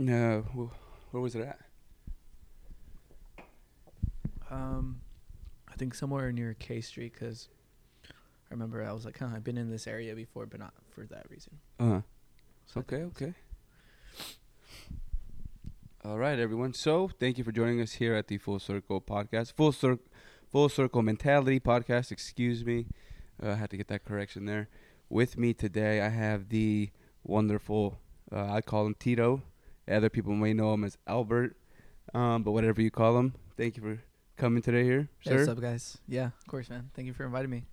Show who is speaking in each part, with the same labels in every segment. Speaker 1: uh, wh- where was it at?
Speaker 2: Um, I think somewhere near K Street because I remember I was like, huh, I've been in this area before, but not for that reason.
Speaker 1: Uh,
Speaker 2: So I
Speaker 1: okay,
Speaker 2: think-
Speaker 1: okay. All right, everyone. So, thank you for joining us here at the Full Circle Podcast, Full Circle, Full Circle Mentality Podcast. Excuse me, uh, I had to get that correction there. With me today, I have the wonderful. Uh, I call him Tito. Other people may know him as Albert, um, but whatever you call him. Thank you for coming today here,
Speaker 2: Hey, what's
Speaker 1: sir.
Speaker 2: up, guys? Yeah, of course, man. Thank you for inviting me.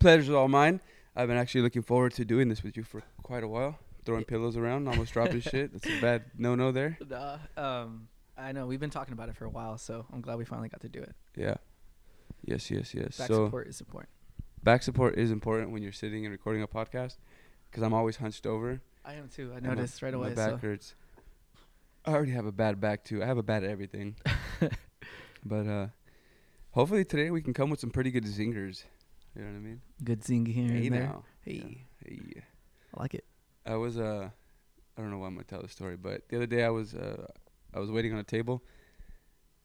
Speaker 1: Pleasure's all mine. I've been actually looking forward to doing this with you for quite a while. Throwing pillows around, almost dropping shit. That's a bad no-no there.
Speaker 2: Nah, um, I know we've been talking about it for a while, so I'm glad we finally got to do it.
Speaker 1: Yeah. Yes, yes, yes.
Speaker 2: Back
Speaker 1: so
Speaker 2: support is important.
Speaker 1: back support is important when you're sitting and recording a podcast because I'm always hunched over.
Speaker 2: I am too. I
Speaker 1: and my-
Speaker 2: noticed right away.
Speaker 1: My back
Speaker 2: So
Speaker 1: hurts. I already have a bad back too. I have a bad everything. but uh hopefully today we can come with some pretty good zingers. You know what I mean?
Speaker 2: good zing here
Speaker 1: hey
Speaker 2: and there.
Speaker 1: now.
Speaker 2: Hey,
Speaker 1: Yeah. Hey.
Speaker 2: I like it.
Speaker 1: I was uh, I don't know why I'm gonna tell the story, but the other day I was uh, I was waiting on a table,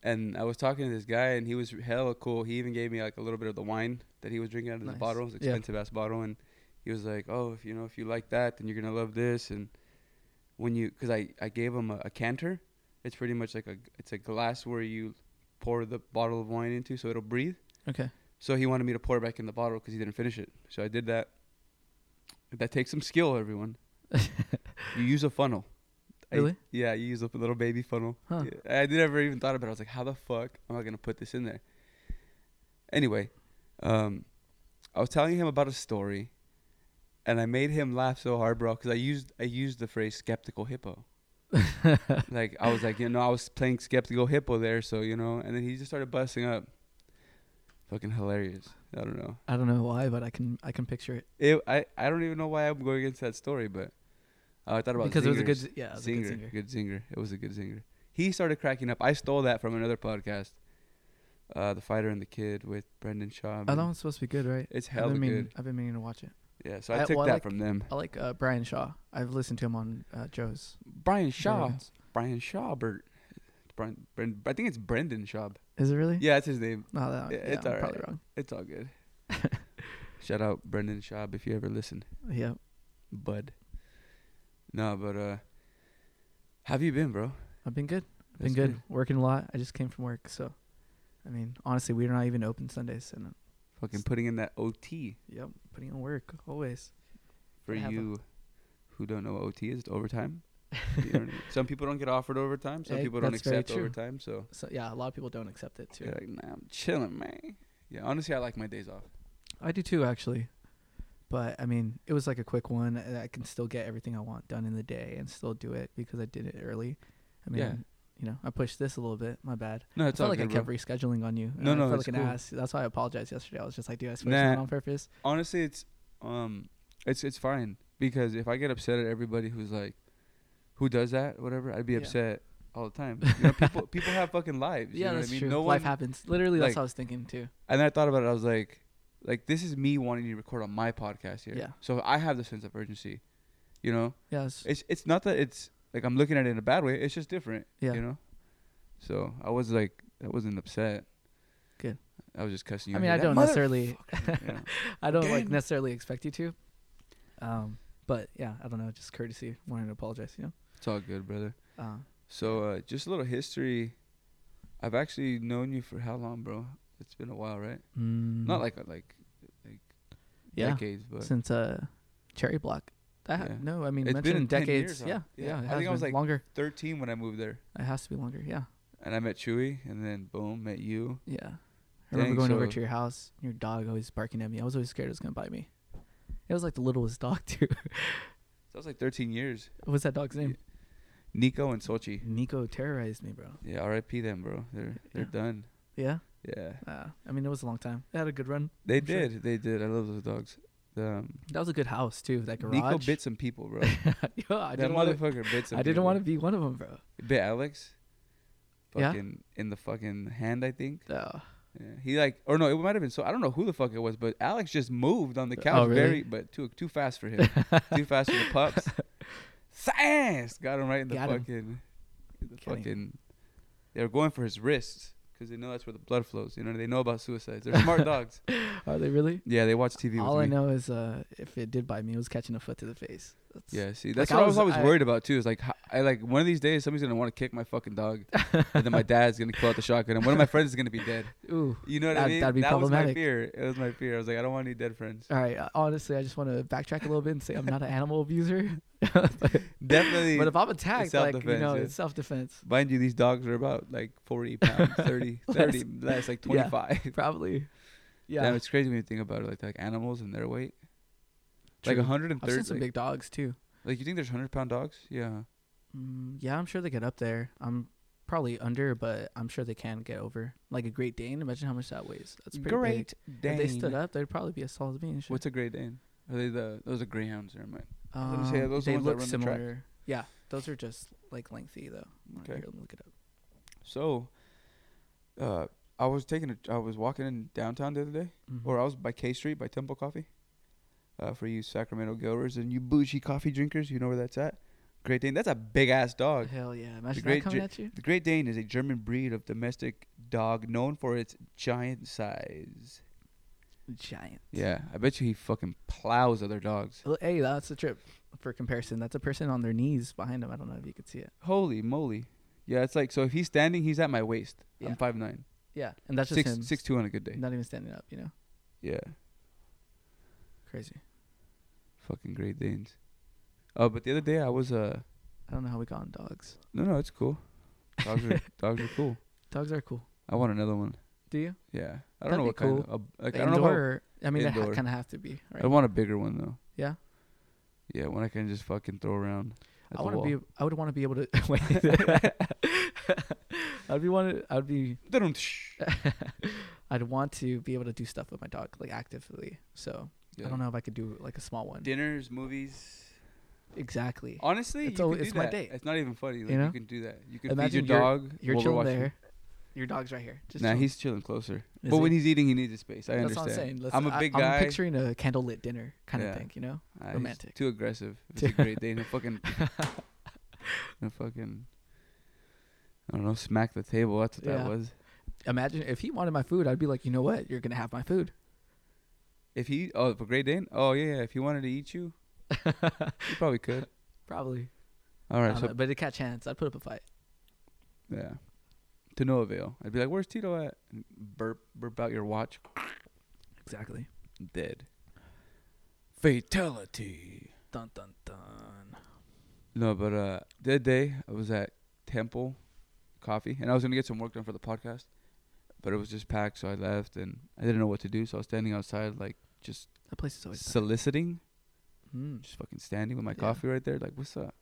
Speaker 1: and I was talking to this guy, and he was hella cool. He even gave me like a little bit of the wine that he was drinking out of this
Speaker 2: Nice.
Speaker 1: bottle, this
Speaker 2: Yeah.
Speaker 1: expensive ass bottle, and he was like, "Oh, if you know if you like that, then you're gonna love this." And when you, cause I I gave him a, a canter. It's pretty much like a it's a glass where you pour the bottle of wine into, so it'll breathe.
Speaker 2: Okay.
Speaker 1: So he wanted me to pour it back in the bottle because he didn't finish it. So I did that. That takes some skill, everyone. you use a funnel. I-
Speaker 2: Really?
Speaker 1: yeah, you use a little baby funnel.
Speaker 2: Huh.
Speaker 1: Yeah, I never even thought about it. I was like, how the fuck am I going to put this in there? Anyway, um, I was telling him about a story, and I made him laugh so hard, bro, because I used, I used the phrase skeptical hippo. like, I was like, you know, I was playing skeptical hippo there, so, you know, and then he just started busting up. Fucking hilarious. I don't know.
Speaker 2: I don't know why, but I can I can picture it
Speaker 1: It, I, I don't even know why I'm going against that story, but uh, I thought about
Speaker 2: because it was a
Speaker 1: zingers.
Speaker 2: good z- yeah it was a
Speaker 1: zinger,
Speaker 2: good
Speaker 1: good zinger.
Speaker 2: zinger.
Speaker 1: It was a good zinger. He started cracking up. I stole that from another podcast, uh, "The Fighter and the Kid" with Brendan Shaw.
Speaker 2: Oh,
Speaker 1: man.
Speaker 2: that one's supposed to be good, right?
Speaker 1: It's
Speaker 2: I've
Speaker 1: hella
Speaker 2: been meaning,
Speaker 1: good.
Speaker 2: I've been meaning to watch it.
Speaker 1: Yeah, so I,
Speaker 2: I-
Speaker 1: took
Speaker 2: well, I
Speaker 1: that
Speaker 2: like-
Speaker 1: from them.
Speaker 2: I like uh, Brian Shaw. I've listened to him on uh, Joe's.
Speaker 1: Brian Shaw,
Speaker 2: Rogan's.
Speaker 1: Brian Shawbert, Brian, Bren, I think it's Brendan Shaw.
Speaker 2: Is it really?
Speaker 1: Yeah, that's his name.
Speaker 2: No, that,
Speaker 1: Yeah,
Speaker 2: yeah,
Speaker 1: it's
Speaker 2: I'm
Speaker 1: all
Speaker 2: probably
Speaker 1: right.
Speaker 2: wrong.
Speaker 1: It's all good. Shout out Brendan Shaw if you ever listen,
Speaker 2: Yeah.
Speaker 1: bud. No, but uh, have you been, bro?
Speaker 2: I've been good. I've been
Speaker 1: That's
Speaker 2: good. Working a lot. I just came from work, so I mean, honestly, we're not even open Sundays, and uh,
Speaker 1: Fucking putting in that OT
Speaker 2: yep, putting in work always.
Speaker 1: for
Speaker 2: I have a-
Speaker 1: you who don't know what OT is overtime. You know what I mean? some people don't get offered overtime. Some
Speaker 2: Eh,
Speaker 1: people don't
Speaker 2: that's very
Speaker 1: accept
Speaker 2: true.
Speaker 1: overtime. So
Speaker 2: So yeah, a lot of people don't accept it too.
Speaker 1: you're like, nah, I'm chilling, man. Yeah, honestly, I like my days off.
Speaker 2: I do too, actually. But I mean, it was like a quick one. and I can still get everything I want done in the day and still do it because I did it early. I mean,
Speaker 1: Yeah.
Speaker 2: you know, I pushed this a little bit. My bad.
Speaker 1: No,
Speaker 2: I
Speaker 1: it's all
Speaker 2: felt like
Speaker 1: good.
Speaker 2: I kept
Speaker 1: bro.
Speaker 2: rescheduling on you. and
Speaker 1: No,
Speaker 2: I
Speaker 1: no,
Speaker 2: felt
Speaker 1: it's
Speaker 2: like an
Speaker 1: cool.
Speaker 2: ass. That's why I apologized yesterday. I was just like, dude, I switched
Speaker 1: Nah.
Speaker 2: that on purpose.
Speaker 1: honestly, it's um, it's it's fine because if I get upset at everybody who's like, who does that, whatever, I'd be
Speaker 2: Yeah.
Speaker 1: upset all the time. You know, people people have fucking lives. you
Speaker 2: yeah,
Speaker 1: know
Speaker 2: that's
Speaker 1: what I mean?
Speaker 2: true.
Speaker 1: No
Speaker 2: Life
Speaker 1: one.
Speaker 2: happens. Literally, that's
Speaker 1: like-
Speaker 2: what I was thinking too.
Speaker 1: and then I thought about it. I was like, like this is me wanting to record on my podcast here.
Speaker 2: Yeah.
Speaker 1: So I have the sense of urgency. You know,
Speaker 2: Yeah, it's,
Speaker 1: it's it's not that it's like I'm looking at it in a bad way. It's just different.
Speaker 2: Yeah.
Speaker 1: You know. So I was like, I wasn't upset.
Speaker 2: Good.
Speaker 1: I was just cussing you.
Speaker 2: I
Speaker 1: out.
Speaker 2: mean, I
Speaker 1: That
Speaker 2: don't
Speaker 1: mother-
Speaker 2: necessarily,
Speaker 1: Yeah.
Speaker 2: I don't like
Speaker 1: Again.
Speaker 2: necessarily expect you to. Um, but yeah, I don't know, just courtesy, wanting to apologize, you
Speaker 1: It's all good, brother.
Speaker 2: know. Uh,
Speaker 1: So uh, just a little history. I've actually known you for how long, bro? It's been a while, right? Not like like like
Speaker 2: Mm-hmm. Mm, yeah,
Speaker 1: decades, but
Speaker 2: since uh, Cherry Block. That
Speaker 1: Yeah.
Speaker 2: no, I mean,
Speaker 1: It's been
Speaker 2: mentioned
Speaker 1: in 10 years,
Speaker 2: decades.
Speaker 1: huh?
Speaker 2: yeah,
Speaker 1: Yeah.
Speaker 2: yeah,
Speaker 1: I
Speaker 2: It
Speaker 1: think
Speaker 2: has
Speaker 1: I
Speaker 2: been
Speaker 1: was, like-
Speaker 2: longer.
Speaker 1: 13 when I moved there,
Speaker 2: It has to be longer. Yeah,
Speaker 1: and I met Chewy, and then boom, met you.
Speaker 2: yeah. I remember
Speaker 1: Dang,
Speaker 2: going over
Speaker 1: so-
Speaker 2: to your house. and Your dog always barking at me. I was always scared it was gonna bite me. It was like the littlest dog too.
Speaker 1: So that was like 13 years.
Speaker 2: What's that dog's name?
Speaker 1: Nico and Sochi.
Speaker 2: Nico terrorized me, bro.
Speaker 1: Yeah, R.I.P. them, bro. They're they're
Speaker 2: Yeah.
Speaker 1: done.
Speaker 2: Yeah,
Speaker 1: Yeah.
Speaker 2: uh, I mean, it was a long time. It had a good run.
Speaker 1: They
Speaker 2: I'm sure.
Speaker 1: did. They did. I love those dogs. The, um,
Speaker 2: That was a good house too. That garage.
Speaker 1: Nico bit some people, bro.
Speaker 2: yeah, I
Speaker 1: that
Speaker 2: didn't want to.
Speaker 1: motherfucker bit some.
Speaker 2: I didn't
Speaker 1: people.
Speaker 2: want to be one of them, bro.
Speaker 1: bit Alex.
Speaker 2: Yeah?
Speaker 1: Fucking in the fucking hand, I think.
Speaker 2: Uh,
Speaker 1: Yeah. He like, or no, it might have been so. I don't know who the fuck it was, but Alex just moved on the
Speaker 2: Oh,
Speaker 1: couch
Speaker 2: really?
Speaker 1: very, but too too fast for him, too fast for the pups. Sass! Got him right in the
Speaker 2: Got him.
Speaker 1: fucking. in The
Speaker 2: Got him.
Speaker 1: fucking. They were going for his wrists because they know that's where the blood flows. You know, they know about suicides. They're smart dogs.
Speaker 2: Are they really?
Speaker 1: Yeah, they watch TV with
Speaker 2: All
Speaker 1: me.
Speaker 2: I know is uh, if it did bite me, it was catching a foot to the face. That's,
Speaker 1: Yeah, see, that's
Speaker 2: Like,
Speaker 1: what
Speaker 2: I
Speaker 1: I was,
Speaker 2: was-
Speaker 1: always
Speaker 2: I-
Speaker 1: worried about too. Is like, ho- I like one of these days somebody's gonna want to kick my fucking dog, and then my dad's gonna pull out the shotgun, and one of my friends is gonna be dead.
Speaker 2: Ooh.
Speaker 1: You know what I
Speaker 2: That'd-
Speaker 1: mean?
Speaker 2: that'd be
Speaker 1: that was my
Speaker 2: problematic.
Speaker 1: fear. It was my fear. I was like, I don't want any dead friends.
Speaker 2: All right. uh, Honestly, I just want to backtrack a little bit and say I'm not an animal abuser. but,
Speaker 1: Definitely.
Speaker 2: but if I'm attacked, like you
Speaker 1: self-defense,
Speaker 2: know,
Speaker 1: yeah.
Speaker 2: it's self defense.
Speaker 1: mind you, these dogs are about like 40 pounds, 30,
Speaker 2: Less.
Speaker 1: 30 less, like
Speaker 2: Yeah.
Speaker 1: 25.
Speaker 2: Probably. Yeah.
Speaker 1: Yeah. Damn, it's crazy when you think about it. Like, like animals and their weight, like
Speaker 2: true. I've
Speaker 1: 130.
Speaker 2: seen some
Speaker 1: like,
Speaker 2: big dogs too.
Speaker 1: like, you think there's 100 pound dogs? Yeah.
Speaker 2: Mm, yeah, I'm sure they get up there. I'm probably under, but I'm sure they can get over. Like a Great Dane, imagine how much that weighs. That's pretty
Speaker 1: Great
Speaker 2: big. If they stood
Speaker 1: Dane.
Speaker 2: up, they'd probably be as tall as me and shit.
Speaker 1: What's a Great Dane? Are they the those are greyhounds? Never mind.
Speaker 2: um,
Speaker 1: me see, are those the
Speaker 2: they
Speaker 1: ones that
Speaker 2: look
Speaker 1: run the track?
Speaker 2: similar. yeah, those are just like lengthy though. Alright,
Speaker 1: Okay.
Speaker 2: here, let me look it up.
Speaker 1: So, uh, I was taking a, I was walking in downtown the other day,
Speaker 2: Mhm.
Speaker 1: or I was by K Street by Temple Coffee. Uh, for you Sacramento goers and you bougie coffee drinkers, you know where that's at. Great Dane, that's a big ass dog.
Speaker 2: Mm-hmm. Hell yeah! Imagine that
Speaker 1: Great
Speaker 2: coming
Speaker 1: Dra-
Speaker 2: at you.
Speaker 1: The Great Dane is a German breed of domestic dog known for its giant size.
Speaker 2: Giant.
Speaker 1: Yeah, I bet you he fucking plows other dogs.
Speaker 2: Well, Hey, that's a trip for comparison. That's a person on their knees behind him. I don't know if you could see it.
Speaker 1: Holy moly! Yeah, it's like so. If he's standing, he's at my waist.
Speaker 2: Yeah.
Speaker 1: I'm five nine,
Speaker 2: Yeah, and that's just
Speaker 1: six
Speaker 2: him.
Speaker 1: six two on a good day.
Speaker 2: Not even standing up. You know,
Speaker 1: Yeah.
Speaker 2: crazy.
Speaker 1: Fucking Great Danes. Oh, but the other day I was uh
Speaker 2: I don't know how we got on dogs.
Speaker 1: no no it's cool. Dogs are dogs are cool.
Speaker 2: Dogs are cool.
Speaker 1: I want another one.
Speaker 2: Do you?
Speaker 1: Yeah, I don't know
Speaker 2: That'd be
Speaker 1: what kind. Of, a- like, I don't know. If I,
Speaker 2: indoor. I, mean, they ha-
Speaker 1: indoor.
Speaker 2: kind of have to be.
Speaker 1: I
Speaker 2: Right?
Speaker 1: would want a bigger one though.
Speaker 2: Yeah?
Speaker 1: Yeah, one I can just fucking throw around.
Speaker 2: I want to be. I would want to be able to. Wait. I'd be wanted. I'd be.
Speaker 1: be.
Speaker 2: I'd want to be able to do stuff with my dog, like actively. So I don't know if I could do like a small one.
Speaker 1: Dinners, movies.
Speaker 2: exactly.
Speaker 1: Honestly,
Speaker 2: It's
Speaker 1: you
Speaker 2: al-
Speaker 1: can do
Speaker 2: it's my
Speaker 1: that.
Speaker 2: date.
Speaker 1: It's not even funny. Like, you,
Speaker 2: You know?
Speaker 1: can do that. You can
Speaker 2: Imagine
Speaker 1: feed your
Speaker 2: you're-
Speaker 1: dog.
Speaker 2: You're
Speaker 1: while we're
Speaker 2: chilling
Speaker 1: watching-
Speaker 2: there. Your dog's right here. Just
Speaker 1: Nah,
Speaker 2: chilling.
Speaker 1: he's chilling closer.
Speaker 2: Is
Speaker 1: but
Speaker 2: he?
Speaker 1: when he's eating, he needs his space. I understand.
Speaker 2: That's what I'm saying. Let's-
Speaker 1: I'm a
Speaker 2: I-
Speaker 1: big
Speaker 2: I'm
Speaker 1: guy.
Speaker 2: picturing a candlelit dinner kind
Speaker 1: Yeah.
Speaker 2: of thing, you know?
Speaker 1: Ah, he's
Speaker 2: Romantic.
Speaker 1: Too aggressive. It's a great day. And fucking, and fucking, I don't know, smack the table. That's what
Speaker 2: Yeah.
Speaker 1: that was.
Speaker 2: Imagine if he wanted my food, I'd be like, you know what? You're gonna have my food.
Speaker 1: If he, oh, for Great Dane, oh yeah, yeah. If he wanted to eat you, he probably could.
Speaker 2: Probably.
Speaker 1: All
Speaker 2: I
Speaker 1: right,
Speaker 2: don't
Speaker 1: so
Speaker 2: know, but to catch hands, I'd put up a fight.
Speaker 1: yeah, to no avail. I'd be like, "Where's Tito at?" And burp, burp out your watch.
Speaker 2: Exactly.
Speaker 1: Dead. Fatality.
Speaker 2: Dun dun dun.
Speaker 1: No, but uh, the other day I was at Temple Coffee, and I was gonna get some work done for the podcast, but it was just packed, so I left, and I didn't know what to do, so I was standing outside, like just
Speaker 2: That place is always.
Speaker 1: soliciting,
Speaker 2: Mm,
Speaker 1: just fucking standing with my
Speaker 2: Yeah.
Speaker 1: coffee right there, like, "What's up?"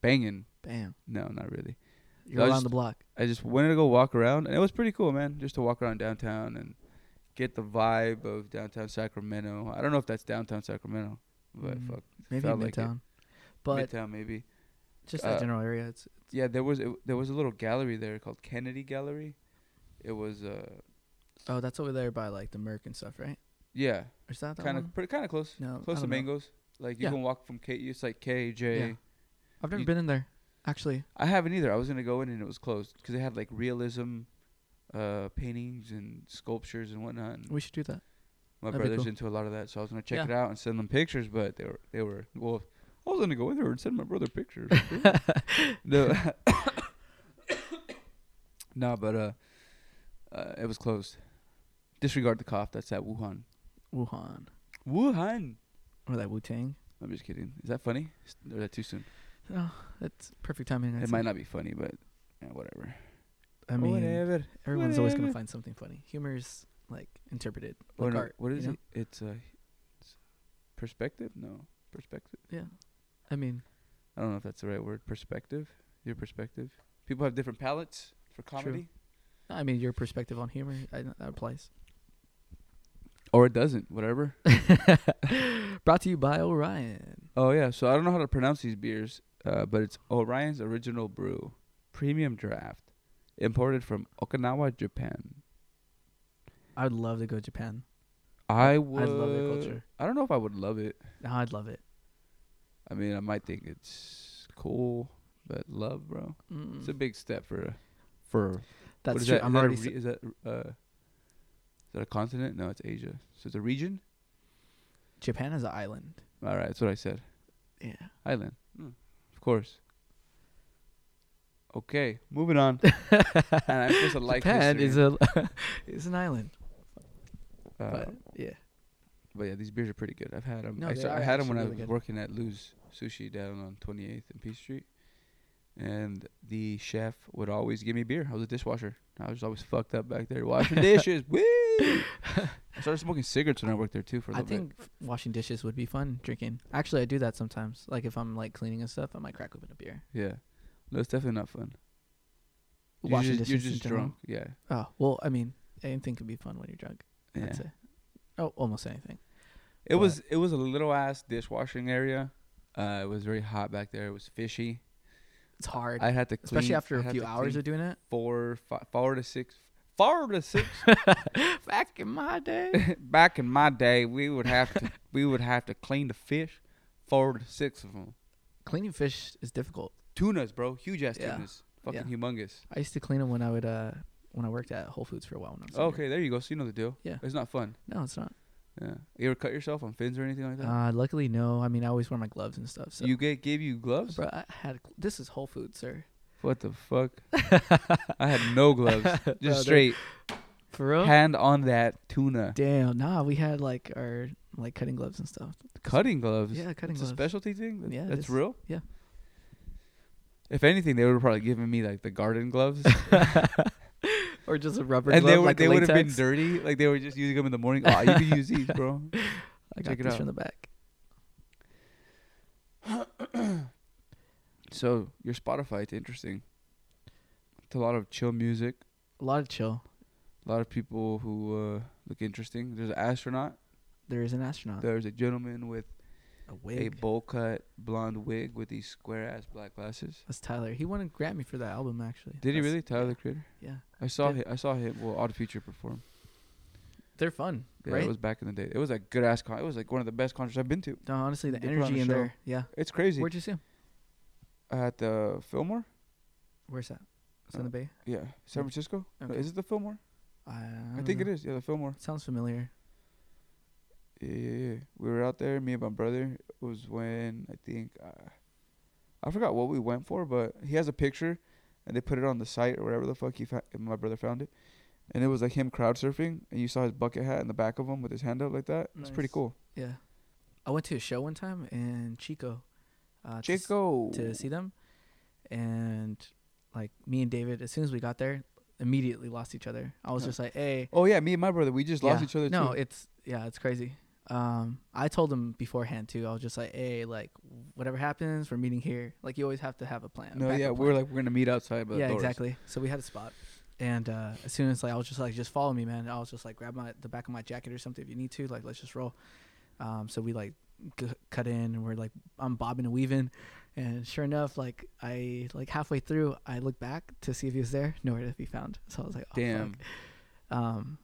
Speaker 1: Banging.
Speaker 2: bam.
Speaker 1: No, not really.
Speaker 2: You're
Speaker 1: I
Speaker 2: around
Speaker 1: just-
Speaker 2: the block.
Speaker 1: I just wanted to go walk around, and it was pretty cool, man. Just to walk around downtown and get the vibe of downtown Sacramento. I don't know if that's downtown Sacramento, but
Speaker 2: Mm,
Speaker 1: fuck,
Speaker 2: Maybe
Speaker 1: felt like it.
Speaker 2: midtown. but
Speaker 1: midtown maybe.
Speaker 2: just
Speaker 1: uh,
Speaker 2: that general area, it's
Speaker 1: Yeah, there was it, there was a little gallery there called Kennedy Gallery. It was uh
Speaker 2: oh, that's over there by like the Merck and stuff, right?
Speaker 1: yeah,
Speaker 2: Or is that that
Speaker 1: kind
Speaker 2: one?
Speaker 1: of pretty kind of close,
Speaker 2: No, I
Speaker 1: close to
Speaker 2: don't know.
Speaker 1: Mangoes. Like you
Speaker 2: Yeah.
Speaker 1: can walk from K. It's like K J.
Speaker 2: Yeah. I've never
Speaker 1: you-
Speaker 2: been in there, actually.
Speaker 1: I haven't either. I was gonna go in and it was closed because they had like realism, uh, paintings and sculptures and whatnot. And
Speaker 2: We should do that.
Speaker 1: my
Speaker 2: That'd be
Speaker 1: brother's
Speaker 2: cool.
Speaker 1: into a lot of that, so I was gonna check
Speaker 2: Yeah.
Speaker 1: it out and send them pictures. But they were they were well, I was gonna go in there and send my brother pictures. no, no, but uh, uh, it was closed. Disregard the cough. That's at Wuhan.
Speaker 2: Wuhan
Speaker 1: Wuhan.
Speaker 2: or that Wu Tang.
Speaker 1: I'm just kidding. Is that funny? S- Or is that too soon?
Speaker 2: Oh, that's perfect timing.
Speaker 1: it might not be funny, but eh, whatever.
Speaker 2: I mean,
Speaker 1: whatever.
Speaker 2: everyone's always gonna
Speaker 1: whatever.
Speaker 2: find something funny. Humor is like interpreted,
Speaker 1: Oh,
Speaker 2: like
Speaker 1: no,
Speaker 2: art.
Speaker 1: what
Speaker 2: you
Speaker 1: is
Speaker 2: know?
Speaker 1: it? It's uh, it's perspective. No, perspective.
Speaker 2: I mean,
Speaker 1: I don't know if that's the right word. Perspective. Your perspective. People have different palettes for comedy,
Speaker 2: I mean your perspective on humor I, that applies.
Speaker 1: or it doesn't. Whatever.
Speaker 2: Brought to you by Orion.
Speaker 1: Oh yeah, so I don't know how to pronounce these beers, uh, but it's Orion's Original Brew, Premium Draft, imported from Okinawa, Japan.
Speaker 2: I'd love to go to Japan.
Speaker 1: I would.
Speaker 2: love their culture.
Speaker 1: I don't know if I would love it.
Speaker 2: No, I'd love it.
Speaker 1: I mean, I might think it's cool, but love, bro, it's a
Speaker 2: Mm,
Speaker 1: big step for a, for what
Speaker 2: that's
Speaker 1: is
Speaker 2: true.
Speaker 1: that-
Speaker 2: I'm
Speaker 1: is
Speaker 2: already.
Speaker 1: that a
Speaker 2: s-
Speaker 1: re- is that uh, is that a continent? No, it's Asia. So it's a region.
Speaker 2: Japan is an island.
Speaker 1: All right, that's what I said.
Speaker 2: Yeah.
Speaker 1: Island.
Speaker 2: Hmm.
Speaker 1: Of course. Okay, moving on. and I'm supposed to like
Speaker 2: Japan
Speaker 1: history.
Speaker 2: is a is an island.
Speaker 1: Uh,
Speaker 2: but yeah.
Speaker 1: But yeah, these beers are pretty good. I've had them.
Speaker 2: No,
Speaker 1: I,
Speaker 2: they
Speaker 1: so I
Speaker 2: are
Speaker 1: had them when
Speaker 2: actually
Speaker 1: I
Speaker 2: really
Speaker 1: was
Speaker 2: good.
Speaker 1: working at Lou's Sushi down on 28th and Peace Street, and the chef would always give me beer. I was a dishwasher. I was always fucked up back there washing dishes. Woo! I started smoking cigarettes when I worked there too for a
Speaker 2: I
Speaker 1: little
Speaker 2: think f- washing dishes would be fun drinking. Actually, I do that sometimes. Like if I'm like cleaning and stuff, I might crack open a beer.
Speaker 1: bit. Yeah, no, it's definitely not fun. You're
Speaker 2: Washing
Speaker 1: just, you're
Speaker 2: dishes in
Speaker 1: just
Speaker 2: general?
Speaker 1: drunk. Yeah.
Speaker 2: Oh well, I mean, anything can be fun when you're drunk.
Speaker 1: yeah.
Speaker 2: I'd say. Oh, almost anything.
Speaker 1: It
Speaker 2: But-
Speaker 1: was it was a little ass dishwashing area. Uh, it was very hot back there. It was fishy.
Speaker 2: It's hard,
Speaker 1: I had to clean,
Speaker 2: especially after
Speaker 1: I
Speaker 2: a
Speaker 1: had
Speaker 2: few
Speaker 1: to
Speaker 2: hours
Speaker 1: clean
Speaker 2: of doing it.
Speaker 1: Four, five, four to six, four to six.
Speaker 2: Back in my day,
Speaker 1: back in my day, we would have to we would have to clean the fish, four to six of them.
Speaker 2: cleaning fish is difficult.
Speaker 1: Tunas, bro, huge ass
Speaker 2: Yeah.
Speaker 1: tunas, fucking humongous.
Speaker 2: I used to clean them when I would uh when I worked at Whole Foods for a while. When I was younger.
Speaker 1: Okay, there you go. So you know the deal.
Speaker 2: Yeah.
Speaker 1: it's not fun.
Speaker 2: No, it's not.
Speaker 1: Yeah, you ever cut yourself on fins or anything like that?
Speaker 2: Uh, luckily, no. I mean, I always wear my gloves and stuff. So,
Speaker 1: you get gave you gloves?
Speaker 2: bro, I had this is Whole Foods, sir.
Speaker 1: What the fuck? I had no gloves,
Speaker 2: Bro, they're-
Speaker 1: just straight
Speaker 2: For real?
Speaker 1: hand on that tuna.
Speaker 2: Damn, nah, we had like our like cutting gloves and stuff.
Speaker 1: Cutting gloves.
Speaker 2: Yeah, cutting
Speaker 1: It's
Speaker 2: gloves.
Speaker 1: a specialty thing. That-
Speaker 2: Yeah, it
Speaker 1: that's
Speaker 2: is.
Speaker 1: real.
Speaker 2: Yeah.
Speaker 1: If anything, they would have probably given me like the garden gloves,
Speaker 2: or just a rubber
Speaker 1: and
Speaker 2: glove,
Speaker 1: they were
Speaker 2: like
Speaker 1: they
Speaker 2: a
Speaker 1: would have been
Speaker 2: latex.
Speaker 1: dirty. Like they were just using them in the morning. Oh, you can use these, bro.
Speaker 2: I got
Speaker 1: Check it
Speaker 2: these
Speaker 1: out.
Speaker 2: from the back.
Speaker 1: So your Spotify, it's interesting. It's a lot of chill music.
Speaker 2: A lot of chill.
Speaker 1: A lot of people who uh, look interesting. There's an astronaut.
Speaker 2: There is an astronaut.
Speaker 1: There's a gentleman with
Speaker 2: a
Speaker 1: a
Speaker 2: wig.
Speaker 1: bowl cut blonde wig with these square ass black glasses.
Speaker 2: That's Tyler. He won a Grammy for that album, actually.
Speaker 1: Did he
Speaker 2: That's-
Speaker 1: really? Tyler the Creator.
Speaker 2: Yeah,
Speaker 1: I saw
Speaker 2: Yeah.
Speaker 1: him. I saw him. Well, Odd Future perform.
Speaker 2: they're fun,
Speaker 1: Yeah,
Speaker 2: right?
Speaker 1: it was back in the day. It was a good ass con. It was like one of the best concerts I've been to.
Speaker 2: no, honestly, the
Speaker 1: they put on
Speaker 2: energy
Speaker 1: a
Speaker 2: in
Speaker 1: show.
Speaker 2: there. Yeah.
Speaker 1: It's crazy. Uh,
Speaker 2: Where'd you see him?
Speaker 1: At the Fillmore.
Speaker 2: Where's that? It's in
Speaker 1: Uh,
Speaker 2: the Bay.
Speaker 1: Yeah, San Francisco. No,
Speaker 2: Okay.
Speaker 1: Is it the Fillmore?
Speaker 2: I,
Speaker 1: I, think it is. Yeah, the Fillmore.
Speaker 2: Sounds familiar.
Speaker 1: Yeah, yeah, yeah. We were out there, me and my brother. It was when I think uh, I forgot what we went for, but he has a picture, and they put it on the site or wherever the fuck he fa- my brother found it, and it was like him crowd surfing, and you saw his bucket hat in the back of him with his hand up like that. It's pretty
Speaker 2: Nice.
Speaker 1: cool.
Speaker 2: Yeah, I went to a show one time in Chico. Uh, to s-
Speaker 1: Chico.
Speaker 2: to see them. And like me and David, as soon as we got there, immediately lost each other. I was
Speaker 1: Huh.
Speaker 2: just like, "Hey,
Speaker 1: Oh yeah, me and my brother, we just lost
Speaker 2: yeah.
Speaker 1: each other
Speaker 2: No,
Speaker 1: too.
Speaker 2: it's yeah, it's crazy. Um, I told him beforehand too. I was just like, "Hey, like whatever happens, we're meeting here. Like you always have to have a plan." a
Speaker 1: no,
Speaker 2: backup
Speaker 1: yeah, we
Speaker 2: plan."
Speaker 1: were like we're gonna meet outside, but
Speaker 2: yeah, exactly. So we had a spot, and uh, as soon as like I was just like, just follow me, man. I was just like, grab my the back of my jacket or something if you need to. Like, let's just roll. Um, so we like g- cut in, and we're like, I'm bobbing and weaving, and sure enough, like I like halfway through, I look back to see if he was there, nowhere to be found. So I was like, oh,
Speaker 1: Damn.
Speaker 2: fuck. Um,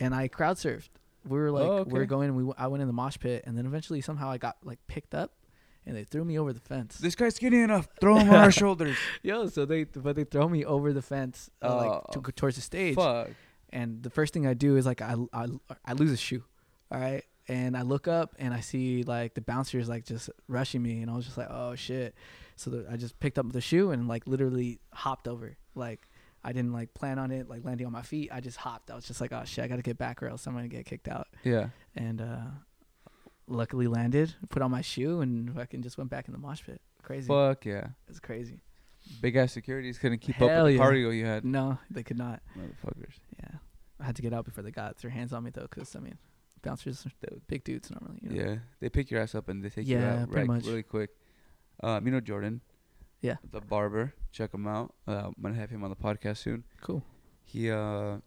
Speaker 2: and I crowd surfed. We were like,
Speaker 1: Oh,
Speaker 2: we
Speaker 1: okay.
Speaker 2: were going. We w- I went in the mosh pit, and then eventually somehow I got like picked up, and they threw me over the fence.
Speaker 1: This guy's skinny enough. Throw him on our shoulders.
Speaker 2: Yo, so they but they throw me over the fence uh, like
Speaker 1: Oh,
Speaker 2: to, towards the stage,
Speaker 1: Fuck.
Speaker 2: and the first thing I do is like I, I I lose a shoe, all right, and I look up and I see like the bouncers like just rushing me, and I was just like, oh shit, so the, I just picked up the shoe and like literally hopped over, like I didn't like plan on it, like landing on my feet, I just hopped, I was just like, oh shit, I gotta get back or else I'm gonna get kicked out,
Speaker 1: Yeah.
Speaker 2: and uh luckily landed, put on my shoe, and fucking just went back in the mosh pit. Crazy,
Speaker 1: Fuck yeah.
Speaker 2: it's crazy.
Speaker 1: Big ass securities couldn't keep up
Speaker 2: Hell
Speaker 1: with
Speaker 2: yeah.
Speaker 1: the cardio you had,
Speaker 2: No, they could not.
Speaker 1: motherfuckers.
Speaker 2: Yeah, I had to get out before they got their hands on me though, 'cause I mean, bouncers are big dudes normally. You know?
Speaker 1: Yeah, they pick your ass up and they take you
Speaker 2: Yeah,
Speaker 1: out
Speaker 2: pretty
Speaker 1: right,
Speaker 2: much.
Speaker 1: really quick. Um, you know Jordan.
Speaker 2: Yeah.
Speaker 1: The barber, check him out. Uh, I'm gonna have him on the podcast soon.
Speaker 2: cool.
Speaker 1: He, uh,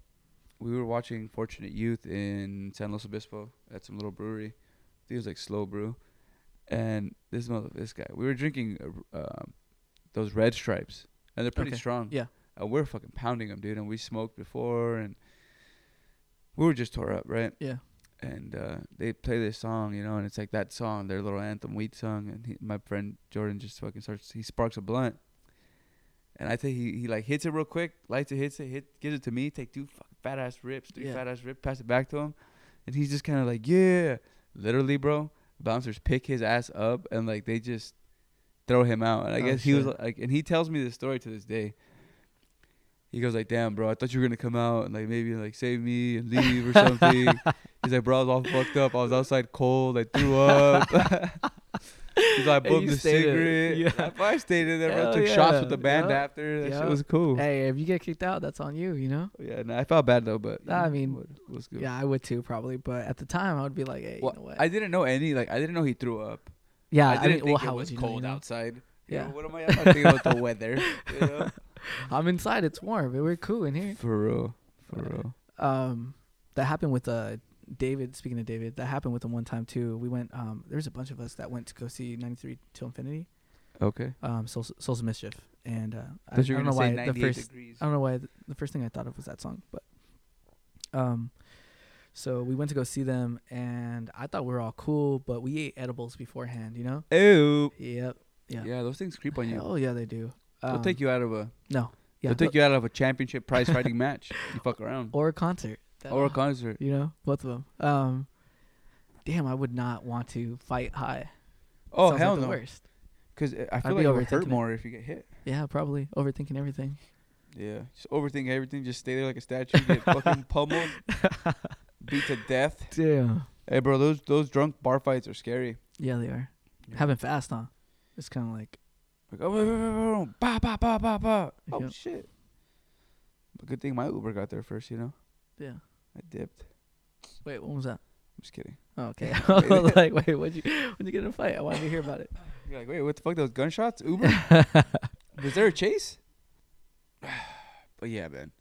Speaker 1: we were watching Fortunate Youth in San Luis Obispo at some little brewery. I think it was like Slow Brew, and this mother, this guy. We were drinking uh, um, those Red Stripes, and they're pretty
Speaker 2: Okay,
Speaker 1: strong.
Speaker 2: yeah.
Speaker 1: and we are fucking pounding them, dude. And we smoked before, and we were just tore up, right?
Speaker 2: Yeah.
Speaker 1: and uh, they play this song, you know, and it's like that song, their little anthem, Wheat song. And he, my friend Jordan just fucking starts, he sparks a blunt. And I think he, he like hits it real quick, lights it, hits it, hit, gives it to me, take two fucking fat ass rips, three
Speaker 2: Yeah.
Speaker 1: fat ass rips, pass it back to him. And he's just kind of like, yeah. Literally, bro, bouncers pick his ass up and like they just throw him out. And I
Speaker 2: Oh,
Speaker 1: guess he was
Speaker 2: shit.
Speaker 1: like, and he tells me this story to this day. He goes like, "Damn, bro, I thought you were gonna come out and like maybe like save me and leave or something." He's like, "Bro, I was all fucked up. I was outside cold. I threw up." He's like,
Speaker 2: And
Speaker 1: "I
Speaker 2: you
Speaker 1: bummed a
Speaker 2: stayed in
Speaker 1: cigarette."
Speaker 2: it.
Speaker 1: Yeah.
Speaker 2: Yeah.
Speaker 1: I stayed in there. Bro.
Speaker 2: Hell
Speaker 1: Took shots
Speaker 2: yeah.
Speaker 1: with the band
Speaker 2: Yup.
Speaker 1: after. That
Speaker 2: Yup.
Speaker 1: shit was cool.
Speaker 2: hey, if you get kicked out, that's on you. You know.
Speaker 1: Yeah, no, I felt bad though, but you
Speaker 2: I
Speaker 1: know,
Speaker 2: mean,
Speaker 1: what- what's good.
Speaker 2: Yeah, I would too probably, but at the time I would be like, hey,
Speaker 1: Well,
Speaker 2: you know what?
Speaker 1: I didn't know any. Like, I didn't know he threw up.
Speaker 2: yeah,
Speaker 1: I didn't
Speaker 2: mean,
Speaker 1: think
Speaker 2: well,
Speaker 1: it
Speaker 2: how
Speaker 1: was
Speaker 2: would you know,
Speaker 1: cold
Speaker 2: you know?
Speaker 1: outside. You
Speaker 2: Yeah.
Speaker 1: know, what am I? I'm not thinking about the weather. You know?
Speaker 2: I'm inside. It's warm. but We're cool in here.
Speaker 1: For real, for
Speaker 2: Uh,
Speaker 1: real.
Speaker 2: Um, that happened with uh David. Speaking of David, that happened with him one time too. We went. Um, there was a bunch of us that went to go see 93 Till Infinity.
Speaker 1: Okay.
Speaker 2: Um, Souls, Souls of Mischief, and uh, I, I
Speaker 1: Thought you were
Speaker 2: don't know
Speaker 1: gonna
Speaker 2: why
Speaker 1: say
Speaker 2: the
Speaker 1: 98
Speaker 2: first
Speaker 1: degrees.
Speaker 2: I don't know why th- the first thing I thought of was that song, but um, so we went to go see them, and I thought we were all cool, but we ate edibles beforehand, you know.
Speaker 1: Ew.
Speaker 2: Yep. Yeah.
Speaker 1: Yeah. those things creep on you.
Speaker 2: Hell yeah, they do. Um,
Speaker 1: They'll take you out of a
Speaker 2: No. Yeah. Oh,
Speaker 1: they'll take you out of a championship prize fighting match. You fuck around. Or,
Speaker 2: or a concert. That-
Speaker 1: a concert.
Speaker 2: You know, both of them. Um, damn, I would not want to fight high.
Speaker 1: Oh
Speaker 2: Sounds
Speaker 1: hell
Speaker 2: like the
Speaker 1: no!
Speaker 2: worst.
Speaker 1: Because I feel like
Speaker 2: be
Speaker 1: it would
Speaker 2: overthinking it.
Speaker 1: hurt more if you get hit.
Speaker 2: Yeah, probably overthinking everything.
Speaker 1: Yeah, just overthink everything. Just stay there like a statue. Get fucking pummeled, beat to death.
Speaker 2: Damn.
Speaker 1: Hey, bro, those those drunk bar fights are scary.
Speaker 2: Yeah, they are.
Speaker 1: Yeah.
Speaker 2: Having fast, huh? It's kind of like
Speaker 1: Like, oh, wait, wait, wait, wait, bah, bah, bah, bah, bah. Oh
Speaker 2: Yep.
Speaker 1: shit! But good thing my Uber got there first. You know,
Speaker 2: yeah.
Speaker 1: I dipped. I'm
Speaker 2: Wait, what was that?
Speaker 1: just kidding.
Speaker 2: Oh, okay. I was like, wait, what'd you when you get in a fight? I wanted to hear about it.
Speaker 1: You're like, wait, what the fuck? Those gunshots? Uber? Was there a chase? but yeah, man.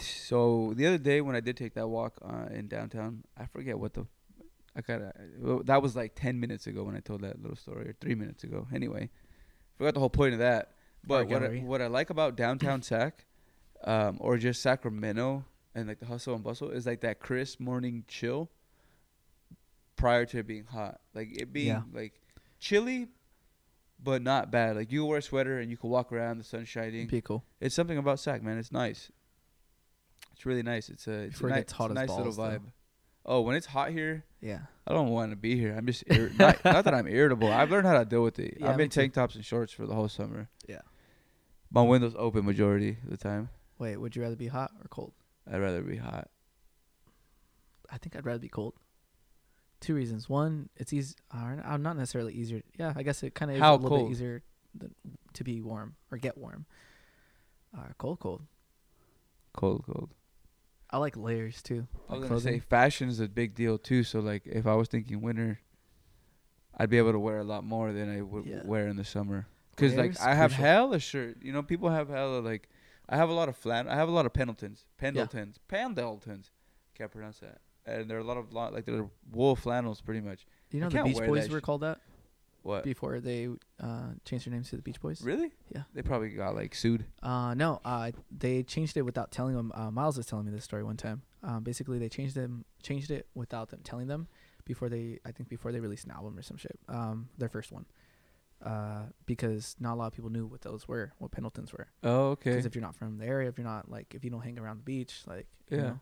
Speaker 1: So the other day when I did take that walk uh, in downtown, I forget what the I gotta. well, That was like ten minutes ago when I told that little story, or three minutes ago. Anyway, forgot the whole point of that. But
Speaker 2: Art
Speaker 1: what I,
Speaker 2: gallery.
Speaker 1: what I like about downtown Sac, um, or just Sacramento and like the hustle and bustle, is like that crisp morning chill. Prior to it being hot, like it being
Speaker 2: Yeah.
Speaker 1: like chilly, but not bad. Like you wear a sweater and you can walk around, the sun's shining.
Speaker 2: Be cool.
Speaker 1: It's something about Sac, man. It's nice. It's really nice. It's a it's a,
Speaker 2: Before it
Speaker 1: ni-
Speaker 2: gets hot
Speaker 1: it's a
Speaker 2: as
Speaker 1: nice little
Speaker 2: balls, though.
Speaker 1: vibe. Oh, when it's hot here,
Speaker 2: Yeah.
Speaker 1: I don't want to be here. I'm just irri- not, not that I'm irritable. I've learned how to deal with it.
Speaker 2: Yeah,
Speaker 1: I've
Speaker 2: me
Speaker 1: been
Speaker 2: too.
Speaker 1: tank tops and shorts for the whole summer.
Speaker 2: Yeah.
Speaker 1: My windows open majority of the time.
Speaker 2: Wait, would you rather be hot or cold?
Speaker 1: I'd rather be hot.
Speaker 2: I think I'd rather be cold. Two reasons. One, it's easy. Uh, I'm not necessarily easier. Yeah, I guess it kind of is a
Speaker 1: How
Speaker 2: little
Speaker 1: cold?
Speaker 2: bit easier than, to be warm or get warm. Uh, cold, cold.
Speaker 1: Cold, cold.
Speaker 2: I like layers too.
Speaker 1: I was
Speaker 2: Like
Speaker 1: gonna say fashion is a big deal too. So like, if I was thinking winter, I'd be able to wear a lot more than I would
Speaker 2: Yeah.
Speaker 1: wear in the summer. Because like
Speaker 2: Layers,
Speaker 1: I have
Speaker 2: crucial.
Speaker 1: hella shirt. You know, people have hella like. I have a lot of flan. I have a lot of Pendletons. Pendletons. Pendletons. Can't pronounce that. And there are a lot of lo- like they're wool flannels pretty much.
Speaker 2: You
Speaker 1: I
Speaker 2: know the
Speaker 1: can't
Speaker 2: Beach
Speaker 1: wear
Speaker 2: Boys
Speaker 1: that
Speaker 2: were
Speaker 1: sh-
Speaker 2: called that
Speaker 1: What?
Speaker 2: before they uh, changed their names to the Beach Boys.
Speaker 1: Really?
Speaker 2: Yeah.
Speaker 1: They probably got like sued.
Speaker 2: Uh, no, uh, they changed it without telling them. Uh, Miles was telling me this story one time. Um, basically, they changed them, changed it without them telling them before they, I think, before they released an album or some shit. Um, their first one, uh, because not a lot of people knew what those were, what Pendletons were.
Speaker 1: Oh okay.
Speaker 2: Because if you're not from the area, if you're not like, if you don't hang around the beach, like, you
Speaker 1: Yeah.
Speaker 2: know,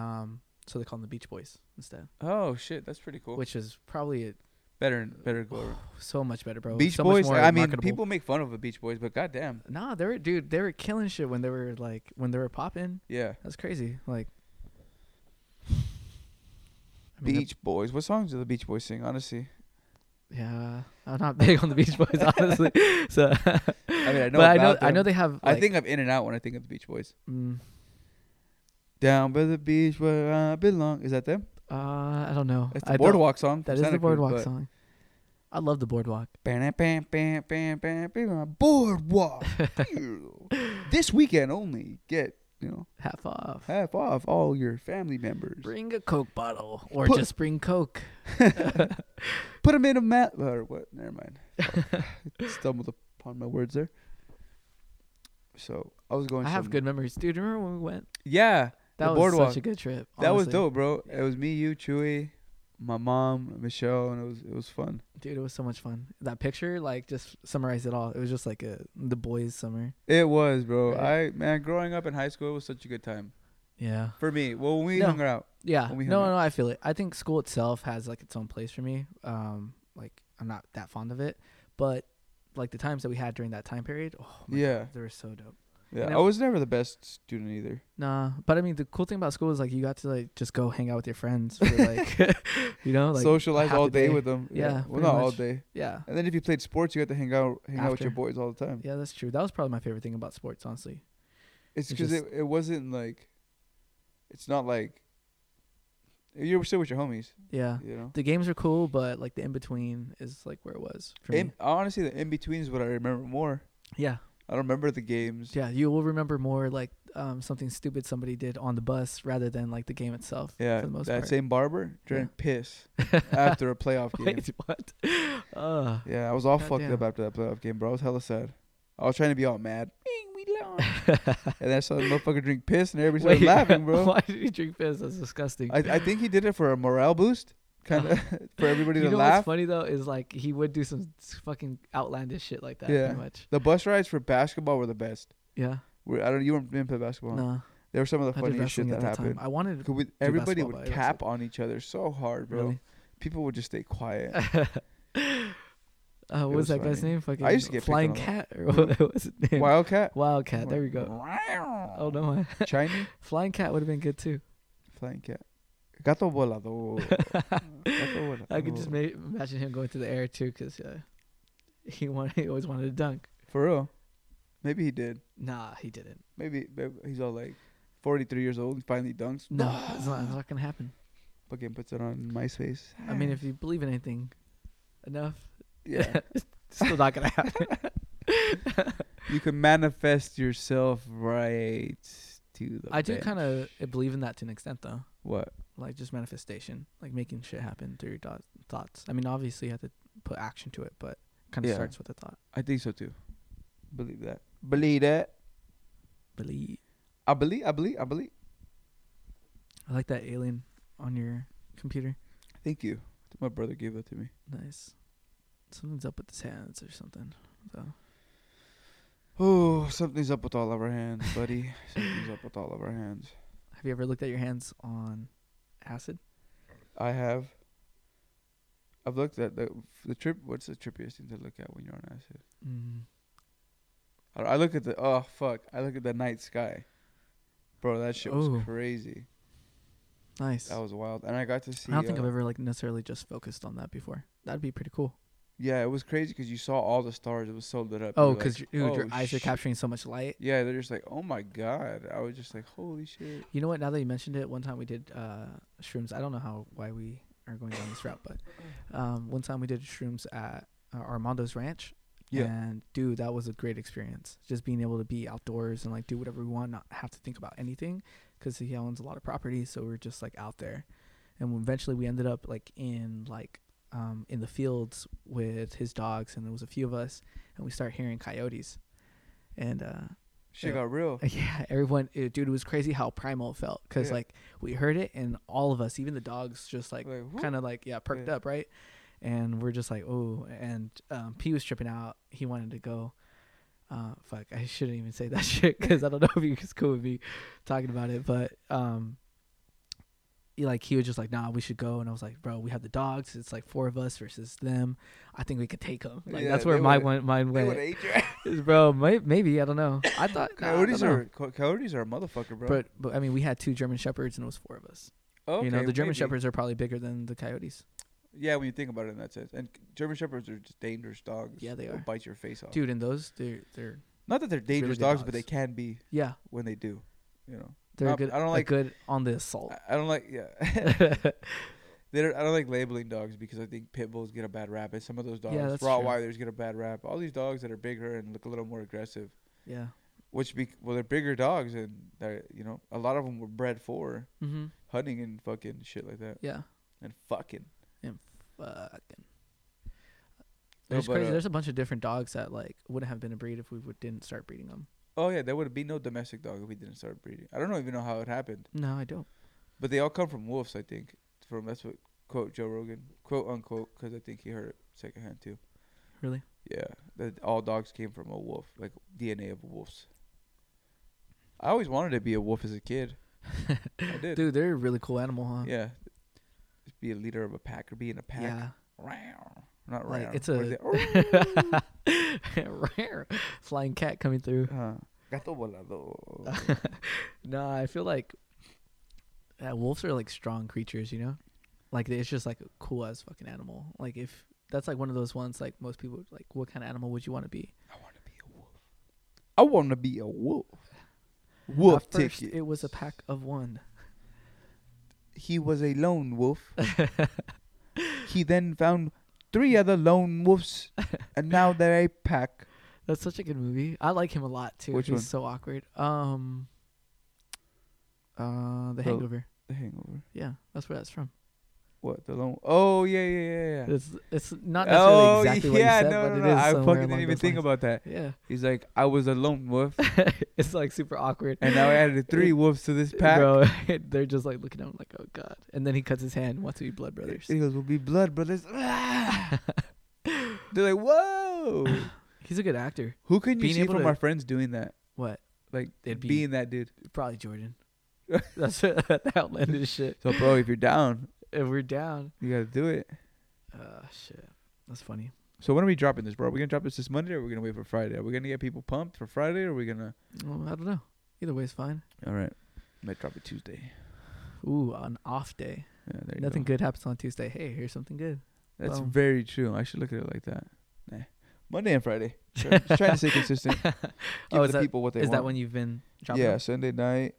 Speaker 2: um, so they call them the Beach Boys instead,
Speaker 1: oh shit, that's pretty cool.
Speaker 2: which is probably a,
Speaker 1: better, better go.
Speaker 2: so much better, bro.
Speaker 1: Beach
Speaker 2: so
Speaker 1: Boys.
Speaker 2: Much more
Speaker 1: I mean,
Speaker 2: marketable.
Speaker 1: people make fun of the Beach Boys, but goddamn,
Speaker 2: Nah, they were dude. They were killing shit when they were like when they were popping.
Speaker 1: yeah.
Speaker 2: That's crazy. Like I mean,
Speaker 1: Beach Boys. What songs do the Beach Boys sing? Honestly.
Speaker 2: the- Yeah, I'm not big on the Beach Boys, honestly. So,
Speaker 1: I mean, I know.
Speaker 2: but I know
Speaker 1: about
Speaker 2: I know
Speaker 1: them.
Speaker 2: they have.
Speaker 1: I
Speaker 2: like,
Speaker 1: think of In and Out when I think of the Beach Boys.
Speaker 2: mm,
Speaker 1: Down by the beach where I belong. Is that them?
Speaker 2: uh, I don't know.
Speaker 1: That's
Speaker 2: I
Speaker 1: the
Speaker 2: don't-
Speaker 1: boardwalk song.
Speaker 2: That is the boardwalk song. I love the boardwalk.
Speaker 1: Bam, bam, bam, bam, bam, bam, boardwalk. Ew. this weekend only get you know
Speaker 2: Half off.
Speaker 1: half off all your family members.
Speaker 2: Bring a Coke bottle, or
Speaker 1: Put-
Speaker 2: just bring Coke.
Speaker 1: Put them in a mat or what? Never mind. Stumbled upon my words there. So I was going.
Speaker 2: I have
Speaker 1: some-
Speaker 2: good memories, dude. Remember when we went?
Speaker 1: Yeah,
Speaker 2: That
Speaker 1: The
Speaker 2: was
Speaker 1: boardwalk.
Speaker 2: such a good trip.
Speaker 1: That was
Speaker 2: honestly.
Speaker 1: dope, bro. It was me, you, Chewy, my mom, Michelle, and it was it was fun.
Speaker 2: dude. It was so much fun. That picture, like, just summarized it all. It was just like a the boys' summer.
Speaker 1: It was, bro.
Speaker 2: Right.
Speaker 1: I man, growing up in high school it was such a good time
Speaker 2: Yeah,
Speaker 1: for me. Well, when we
Speaker 2: No.
Speaker 1: hung out,
Speaker 2: yeah.
Speaker 1: When we
Speaker 2: No,
Speaker 1: hung
Speaker 2: no, I feel it. I think school itself has like its own place for me. Um, like I'm not that fond of it, but like the times that we had during that time period, oh my
Speaker 1: Yeah.
Speaker 2: God, they were so dope.
Speaker 1: yeah,
Speaker 2: And
Speaker 1: I
Speaker 2: I-
Speaker 1: was never the best student either.
Speaker 2: Nah, but I mean, the cool thing about school is like you got to like just go hang out with your friends, for, like you know, like
Speaker 1: Socialize
Speaker 2: half
Speaker 1: all
Speaker 2: the
Speaker 1: day,
Speaker 2: day.
Speaker 1: with them.
Speaker 2: Yeah,
Speaker 1: well,
Speaker 2: pretty
Speaker 1: not all
Speaker 2: much.
Speaker 1: day.
Speaker 2: yeah,
Speaker 1: And then if you played sports, you had to hang out, hang out with your
Speaker 2: After.
Speaker 1: boys all the time.
Speaker 2: yeah, that's true. That was probably my favorite thing about sports, honestly.
Speaker 1: It's
Speaker 2: It's
Speaker 1: because
Speaker 2: just-
Speaker 1: it, it wasn't like, it's not like. You were still with your homies,
Speaker 2: Yeah,
Speaker 1: you know.
Speaker 2: the games are cool, but like the in between is like where it was for
Speaker 1: In,
Speaker 2: me.
Speaker 1: honestly, the in between is what I remember more.
Speaker 2: Yeah,
Speaker 1: I don't remember the games.
Speaker 2: yeah, you will remember more like um, something stupid somebody did on the bus rather than like the game itself.
Speaker 1: Yeah,
Speaker 2: for the most
Speaker 1: that
Speaker 2: part.
Speaker 1: same barber drank piss
Speaker 2: After
Speaker 1: after a playoff game.
Speaker 2: Wait, what? Uh,
Speaker 1: Yeah, I was all fucked up
Speaker 2: Goddamn.
Speaker 1: after that playoff game, bro. I was hella sad. I was trying to be all mad. Bing, we lost. and then I saw the motherfucker drink piss, and everybody started
Speaker 2: wait,
Speaker 1: laughing, bro.
Speaker 2: Why did he drink piss? That's disgusting. Uh,
Speaker 1: I, I think he did it for a morale boost, kind of for everybody
Speaker 2: Uh-huh.
Speaker 1: to
Speaker 2: you know
Speaker 1: laugh.
Speaker 2: what's funny though is like he would do some s- fucking outlandish shit like that.
Speaker 1: Yeah.
Speaker 2: Pretty much.
Speaker 1: The bus rides for basketball were the best.
Speaker 2: Yeah.
Speaker 1: We, I don't. You weren't didn't play basketball.
Speaker 2: No.
Speaker 1: There were some of
Speaker 2: I
Speaker 1: the
Speaker 2: did
Speaker 1: funniest shit
Speaker 2: wrestling
Speaker 1: that,
Speaker 2: at that
Speaker 1: happened.
Speaker 2: time. I wanted.
Speaker 1: 'Cause we- everybody
Speaker 2: basketball,
Speaker 1: would
Speaker 2: but I
Speaker 1: cap on each other so hard, bro.
Speaker 2: Really?
Speaker 1: People would just stay quiet.
Speaker 2: Uh, what was,
Speaker 1: was
Speaker 2: that guy's
Speaker 1: funny.
Speaker 2: name? Fucking
Speaker 1: used to get picked
Speaker 2: flying
Speaker 1: on a lot.
Speaker 2: cat or what was his name?
Speaker 1: Wildcat.
Speaker 2: Wildcat. There we go. Oh no,
Speaker 1: Chinese
Speaker 2: flying cat would have been good too.
Speaker 1: flying cat. Gato volador. Gato volador.
Speaker 2: I could just ma- imagine him going through the air too, because uh, he wanted, he always wanted to dunk.
Speaker 1: For real. Maybe he did.
Speaker 2: Nah, he didn't.
Speaker 1: Maybe, maybe he's all like 43 years old. He finally dunks.
Speaker 2: No, it's, not, it's not gonna happen.
Speaker 1: Fucking puts it on MySpace.
Speaker 2: I mean, if you believe in anything enough,
Speaker 1: yeah,
Speaker 2: it's still not gonna happen.
Speaker 1: you can manifest yourself right to the.
Speaker 2: I do
Speaker 1: bank.
Speaker 2: kind of believe in that to an extent, though.
Speaker 1: What?
Speaker 2: Like just manifestation, like making shit happen through your thought- thoughts. I mean, obviously you have to put action to it, but kind of
Speaker 1: Yeah.
Speaker 2: starts with a thought.
Speaker 1: I think so too. Believe that. Believe that.
Speaker 2: Believe.
Speaker 1: I believe. I believe. I believe.
Speaker 2: I like that alien on your computer.
Speaker 1: Thank you. My brother gave that to me.
Speaker 2: Nice. Something's up with his hands or something. Though.
Speaker 1: Oh, something's up with all of our hands, buddy. something's up with all of our hands.
Speaker 2: Have you ever looked at your hands on acid?
Speaker 1: I have. I've looked at the the trip. What's the trippiest thing to look at when you're on acid?
Speaker 2: Mm.
Speaker 1: I, I look at the oh fuck. I look at the night sky, bro. That shit
Speaker 2: Oh.
Speaker 1: was crazy.
Speaker 2: Nice.
Speaker 1: That was wild. And I got to see.
Speaker 2: I don't think
Speaker 1: uh,
Speaker 2: I've ever like necessarily just focused on that before. That'd be pretty cool.
Speaker 1: Yeah, it was crazy because you saw all the stars. It was so lit up. You
Speaker 2: Oh,
Speaker 1: were
Speaker 2: because
Speaker 1: like,
Speaker 2: your
Speaker 1: "Oh,
Speaker 2: eyes are
Speaker 1: sh-"
Speaker 2: capturing so much light.
Speaker 1: Yeah, they're just like, oh my god. I was just like, holy shit.
Speaker 2: You know what? Now that you mentioned it, one time we did uh, shrooms. I don't know how why we are going down this route, but um, one time we did shrooms at uh, Armando's Ranch.
Speaker 1: Yeah.
Speaker 2: And dude, that was a great experience. Just being able to be outdoors and like do whatever we want, not have to think about anything, because he owns a lot of property. So we are just like out there, and eventually we ended up like in like um, in the fields with his dogs, and there was a few of us, and we start hearing coyotes, and uh,
Speaker 1: Shit
Speaker 2: Yeah.
Speaker 1: got real.
Speaker 2: yeah, everyone, it, dude, it was crazy how primal it felt because
Speaker 1: Yeah.
Speaker 2: like we heard it and all of us, even the dogs, just like
Speaker 1: Like, whoop.
Speaker 2: kind of like yeah, perked
Speaker 1: Yeah.
Speaker 2: up, right? And we're just like, oh, and um, P was tripping out. He wanted to go. Uh, fuck, I shouldn't even say that shit because I don't know if he was cool with me talking about it, but um, he, like he was just like, nah, we should go, and I was like, bro, we have the dogs. It's like four of us versus them. I think we could take them. Like
Speaker 1: Yeah,
Speaker 2: that's where
Speaker 1: they
Speaker 2: my
Speaker 1: would've-
Speaker 2: one mine
Speaker 1: They would've
Speaker 2: went,
Speaker 1: ate your ass.
Speaker 2: bro. May, maybe I don't know. I thought nah, I don't
Speaker 1: Coyotes
Speaker 2: know.
Speaker 1: are co- coyotes are a motherfucker, bro.
Speaker 2: But but I mean, we had two German shepherds and it was four of us.
Speaker 1: okay,
Speaker 2: you know, the German
Speaker 1: maybe.
Speaker 2: shepherds are probably bigger than the coyotes.
Speaker 1: Yeah, when you think about it in that sense, and German shepherds are just dangerous dogs.
Speaker 2: Yeah, they
Speaker 1: They'll
Speaker 2: are.
Speaker 1: bite your face off,
Speaker 2: Dude, and those they're they're
Speaker 1: Not that they're
Speaker 2: really
Speaker 1: dangerous
Speaker 2: good
Speaker 1: dogs, but
Speaker 2: dogs.
Speaker 1: they can be
Speaker 2: yeah
Speaker 1: when they do. You know,
Speaker 2: they're
Speaker 1: Um,
Speaker 2: good.
Speaker 1: I don't
Speaker 2: uh,
Speaker 1: like-
Speaker 2: good on the assault.
Speaker 1: I, I don't like. Yeah, They don't, I don't like labeling dogs because I think pit bulls get a bad rap. And some of those dogs,
Speaker 2: Yeah, that's true.
Speaker 1: Rottweilers get a bad rap. All these dogs that are bigger and look a little more aggressive,
Speaker 2: yeah.
Speaker 1: which be well, they're bigger dogs and they're you know a lot of them were bred for
Speaker 2: Mm-hmm.
Speaker 1: hunting and fucking shit like that
Speaker 2: Yeah.
Speaker 1: and fucking.
Speaker 2: Fucking.
Speaker 1: No,
Speaker 2: It's
Speaker 1: but,
Speaker 2: crazy.
Speaker 1: uh,
Speaker 2: There's a bunch of different dogs that like wouldn't have been a breed if we would, didn't start breeding them.
Speaker 1: Oh yeah, there would be no domestic dog if we didn't start breeding. I don't know even know how it happened,
Speaker 2: No, I don't.
Speaker 1: but they all come from wolves. I think from that's what quote Joe Rogan quote unquote because I think he heard it secondhand too.
Speaker 2: Really?
Speaker 1: Yeah, that all dogs came from a wolf, like DNA of wolves. I always wanted to be a wolf as a kid. I did.
Speaker 2: Dude, uh, they're a really cool animal, huh?
Speaker 1: Yeah, Just be a leader of a pack or be in a pack.
Speaker 2: Yeah.
Speaker 1: Rawr. Not
Speaker 2: Like,
Speaker 1: rare.
Speaker 2: it's
Speaker 1: What is
Speaker 2: a-
Speaker 1: it? Rawr.
Speaker 2: Rare flying cat coming through.
Speaker 1: Huh. Gato volador.
Speaker 2: No, I feel like uh, wolves are like strong creatures, you know? Like it's just like a cool as fucking animal. Like if that's like one of those ones like most people like what kind of animal would you want to be?
Speaker 1: I want to be a wolf. I want to be a wolf. Wolf
Speaker 2: At first,
Speaker 1: ticket.
Speaker 2: It was a pack of one.
Speaker 1: he was a lone wolf. he then found three other lone wolves, and now they're a pack.
Speaker 2: That's such a good movie. I like him a lot too.
Speaker 1: Which
Speaker 2: He's
Speaker 1: one?
Speaker 2: so awkward. Um uh The
Speaker 1: The-
Speaker 2: Hangover.
Speaker 1: The Hangover.
Speaker 2: Yeah, that's where that's from.
Speaker 1: What the lone? Oh yeah, yeah, yeah, yeah.
Speaker 2: It's it's not necessarily
Speaker 1: oh
Speaker 2: exactly what you
Speaker 1: yeah,
Speaker 2: said,
Speaker 1: no,
Speaker 2: but
Speaker 1: no,
Speaker 2: it is
Speaker 1: no. I
Speaker 2: somewhere
Speaker 1: fucking
Speaker 2: along
Speaker 1: didn't even
Speaker 2: those
Speaker 1: think
Speaker 2: lines.
Speaker 1: about that.
Speaker 2: Yeah.
Speaker 1: He's like, I was a lone wolf,
Speaker 2: it's like super awkward.
Speaker 1: and now I added three wolves to this pack.
Speaker 2: Bro, they're just like looking at him like, oh god. And then he cuts his hand. Wants to be blood brothers.
Speaker 1: He goes, "We'll be blood brothers." Ah! They're like, "Whoa!"
Speaker 2: He's a good actor.
Speaker 1: Who can you
Speaker 2: Being
Speaker 1: see
Speaker 2: able
Speaker 1: from
Speaker 2: to-
Speaker 1: our friends doing that?
Speaker 2: What?
Speaker 1: Like
Speaker 2: It'd be-
Speaker 1: being that dude.
Speaker 2: Probably Jordan. That's that outlandish shit.
Speaker 1: So, bro, if you're down,
Speaker 2: If we're down.
Speaker 1: you gotta do it.
Speaker 2: Uh, shit. That's funny.
Speaker 1: So when are we dropping this, bro? Are we gonna drop this this Monday, or are we gonna wait for Friday? Are we gonna get people pumped for Friday, or are we gonna?
Speaker 2: Well, I don't know. Either way is fine.
Speaker 1: All right, might drop it Tuesday.
Speaker 2: Ooh, an off day.
Speaker 1: Yeah, there you
Speaker 2: Nothing
Speaker 1: go.
Speaker 2: good happens on Tuesday. Hey, here's something good.
Speaker 1: That's
Speaker 2: Boom.
Speaker 1: very true. I should look at it like that. Nah. Monday and Friday. Try, just trying to stay consistent. Give
Speaker 2: Oh, is
Speaker 1: the
Speaker 2: that-
Speaker 1: people what they
Speaker 2: Is
Speaker 1: want.
Speaker 2: that when you've been dropping?
Speaker 1: yeah,
Speaker 2: them?
Speaker 1: Sunday night.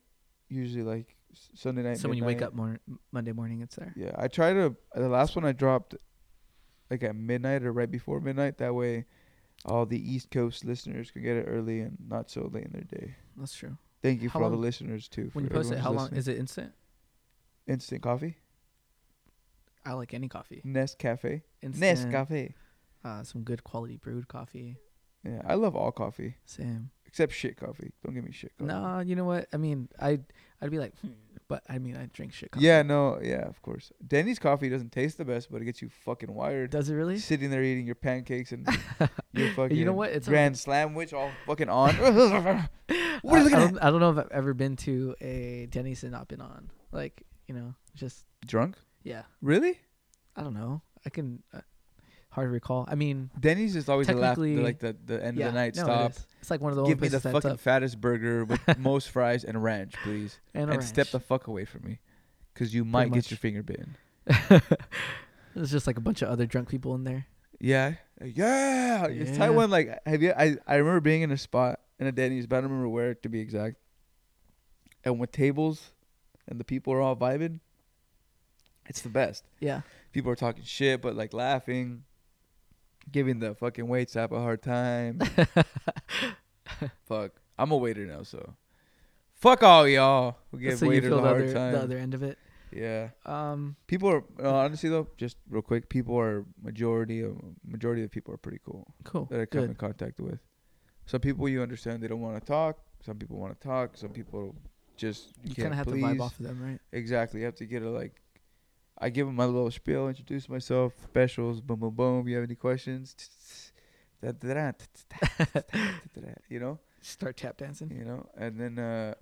Speaker 1: Usually like s- Sunday night.
Speaker 2: So when you wake
Speaker 1: midnight.
Speaker 2: up mor- Monday morning, it's there.
Speaker 1: Yeah, I try to. The last one I dropped, like at midnight or right before midnight. That way, all the East Coast listeners can get it early and not so late in their day.
Speaker 2: That's true.
Speaker 1: Thank you
Speaker 2: How
Speaker 1: for all the
Speaker 2: long-
Speaker 1: listeners too.
Speaker 2: When you
Speaker 1: for
Speaker 2: post it,
Speaker 1: everyone's
Speaker 2: how long
Speaker 1: listening.
Speaker 2: is it instant?
Speaker 1: instant coffee?
Speaker 2: I like any coffee.
Speaker 1: Nest Cafe. Nest
Speaker 2: Instant.
Speaker 1: Cafe.
Speaker 2: Uh, some good quality brewed coffee.
Speaker 1: Yeah, I love all coffee
Speaker 2: Sam.
Speaker 1: except shit coffee. Don't give me shit coffee.
Speaker 2: Nah, you know what? I mean, I I'd be like, hmm, but I mean, I drink shit coffee.
Speaker 1: Yeah, no, yeah, of course. Denny's coffee doesn't taste the best, but it gets you fucking wired.
Speaker 2: Does it really?
Speaker 1: Sitting there eating your pancakes and your fucking
Speaker 2: what? It's
Speaker 1: grand slam, which all fucking on. what are you
Speaker 2: I,
Speaker 1: looking
Speaker 2: I
Speaker 1: at?
Speaker 2: don't, I don't know if I've ever been to a Denny's and not been on. Like, you know, just
Speaker 1: Drunk?
Speaker 2: yeah.
Speaker 1: Really?
Speaker 2: I don't know. I can uh, hard to recall. I mean,
Speaker 1: Denny's is always the last, the,
Speaker 2: Technically-
Speaker 1: like the, the end
Speaker 2: yeah,
Speaker 1: of the night
Speaker 2: no, it
Speaker 1: stop.
Speaker 2: is. It's like one of the only
Speaker 1: Give me
Speaker 2: places
Speaker 1: the
Speaker 2: that's
Speaker 1: fucking
Speaker 2: up.
Speaker 1: fattest burger with most fries and ranch, please.
Speaker 2: and, a
Speaker 1: and step the
Speaker 2: ranch.
Speaker 1: fuck away from me, because you might
Speaker 2: much.
Speaker 1: get your finger bitten.
Speaker 2: There's just like a bunch of other drunk people in there.
Speaker 1: Yeah. Yeah. It's
Speaker 2: Yeah.
Speaker 1: Taiwan like have you I, I remember being in a spot in a Denny's, but I don't remember where to be exact. And with tables and the people are all vibing, it's the best.
Speaker 2: Yeah,
Speaker 1: People are talking shit but like laughing, giving the fucking waits app a hard time. Fuck. I'm a waiter now, so Fuck all y'all who give
Speaker 2: so you
Speaker 1: waiters
Speaker 2: feel
Speaker 1: a
Speaker 2: the
Speaker 1: hard
Speaker 2: other,
Speaker 1: time.
Speaker 2: the other end of it.
Speaker 1: Yeah.
Speaker 2: Um,
Speaker 1: People are no, honestly though, just real quick, people are majority of majority of people are pretty cool
Speaker 2: cool.
Speaker 1: that I come in
Speaker 2: Good.
Speaker 1: contact with. Some people you understand they don't want to talk. Some people want to talk. Some people just you,
Speaker 2: You kind
Speaker 1: can't
Speaker 2: of have
Speaker 1: please.
Speaker 2: to vibe off of them, right?
Speaker 1: Exactly. You have to get a like. I give them my little spiel, introduce myself, specials, boom, boom, boom. You have any questions? you know,
Speaker 2: Start tap dancing.
Speaker 1: you know, and then uh,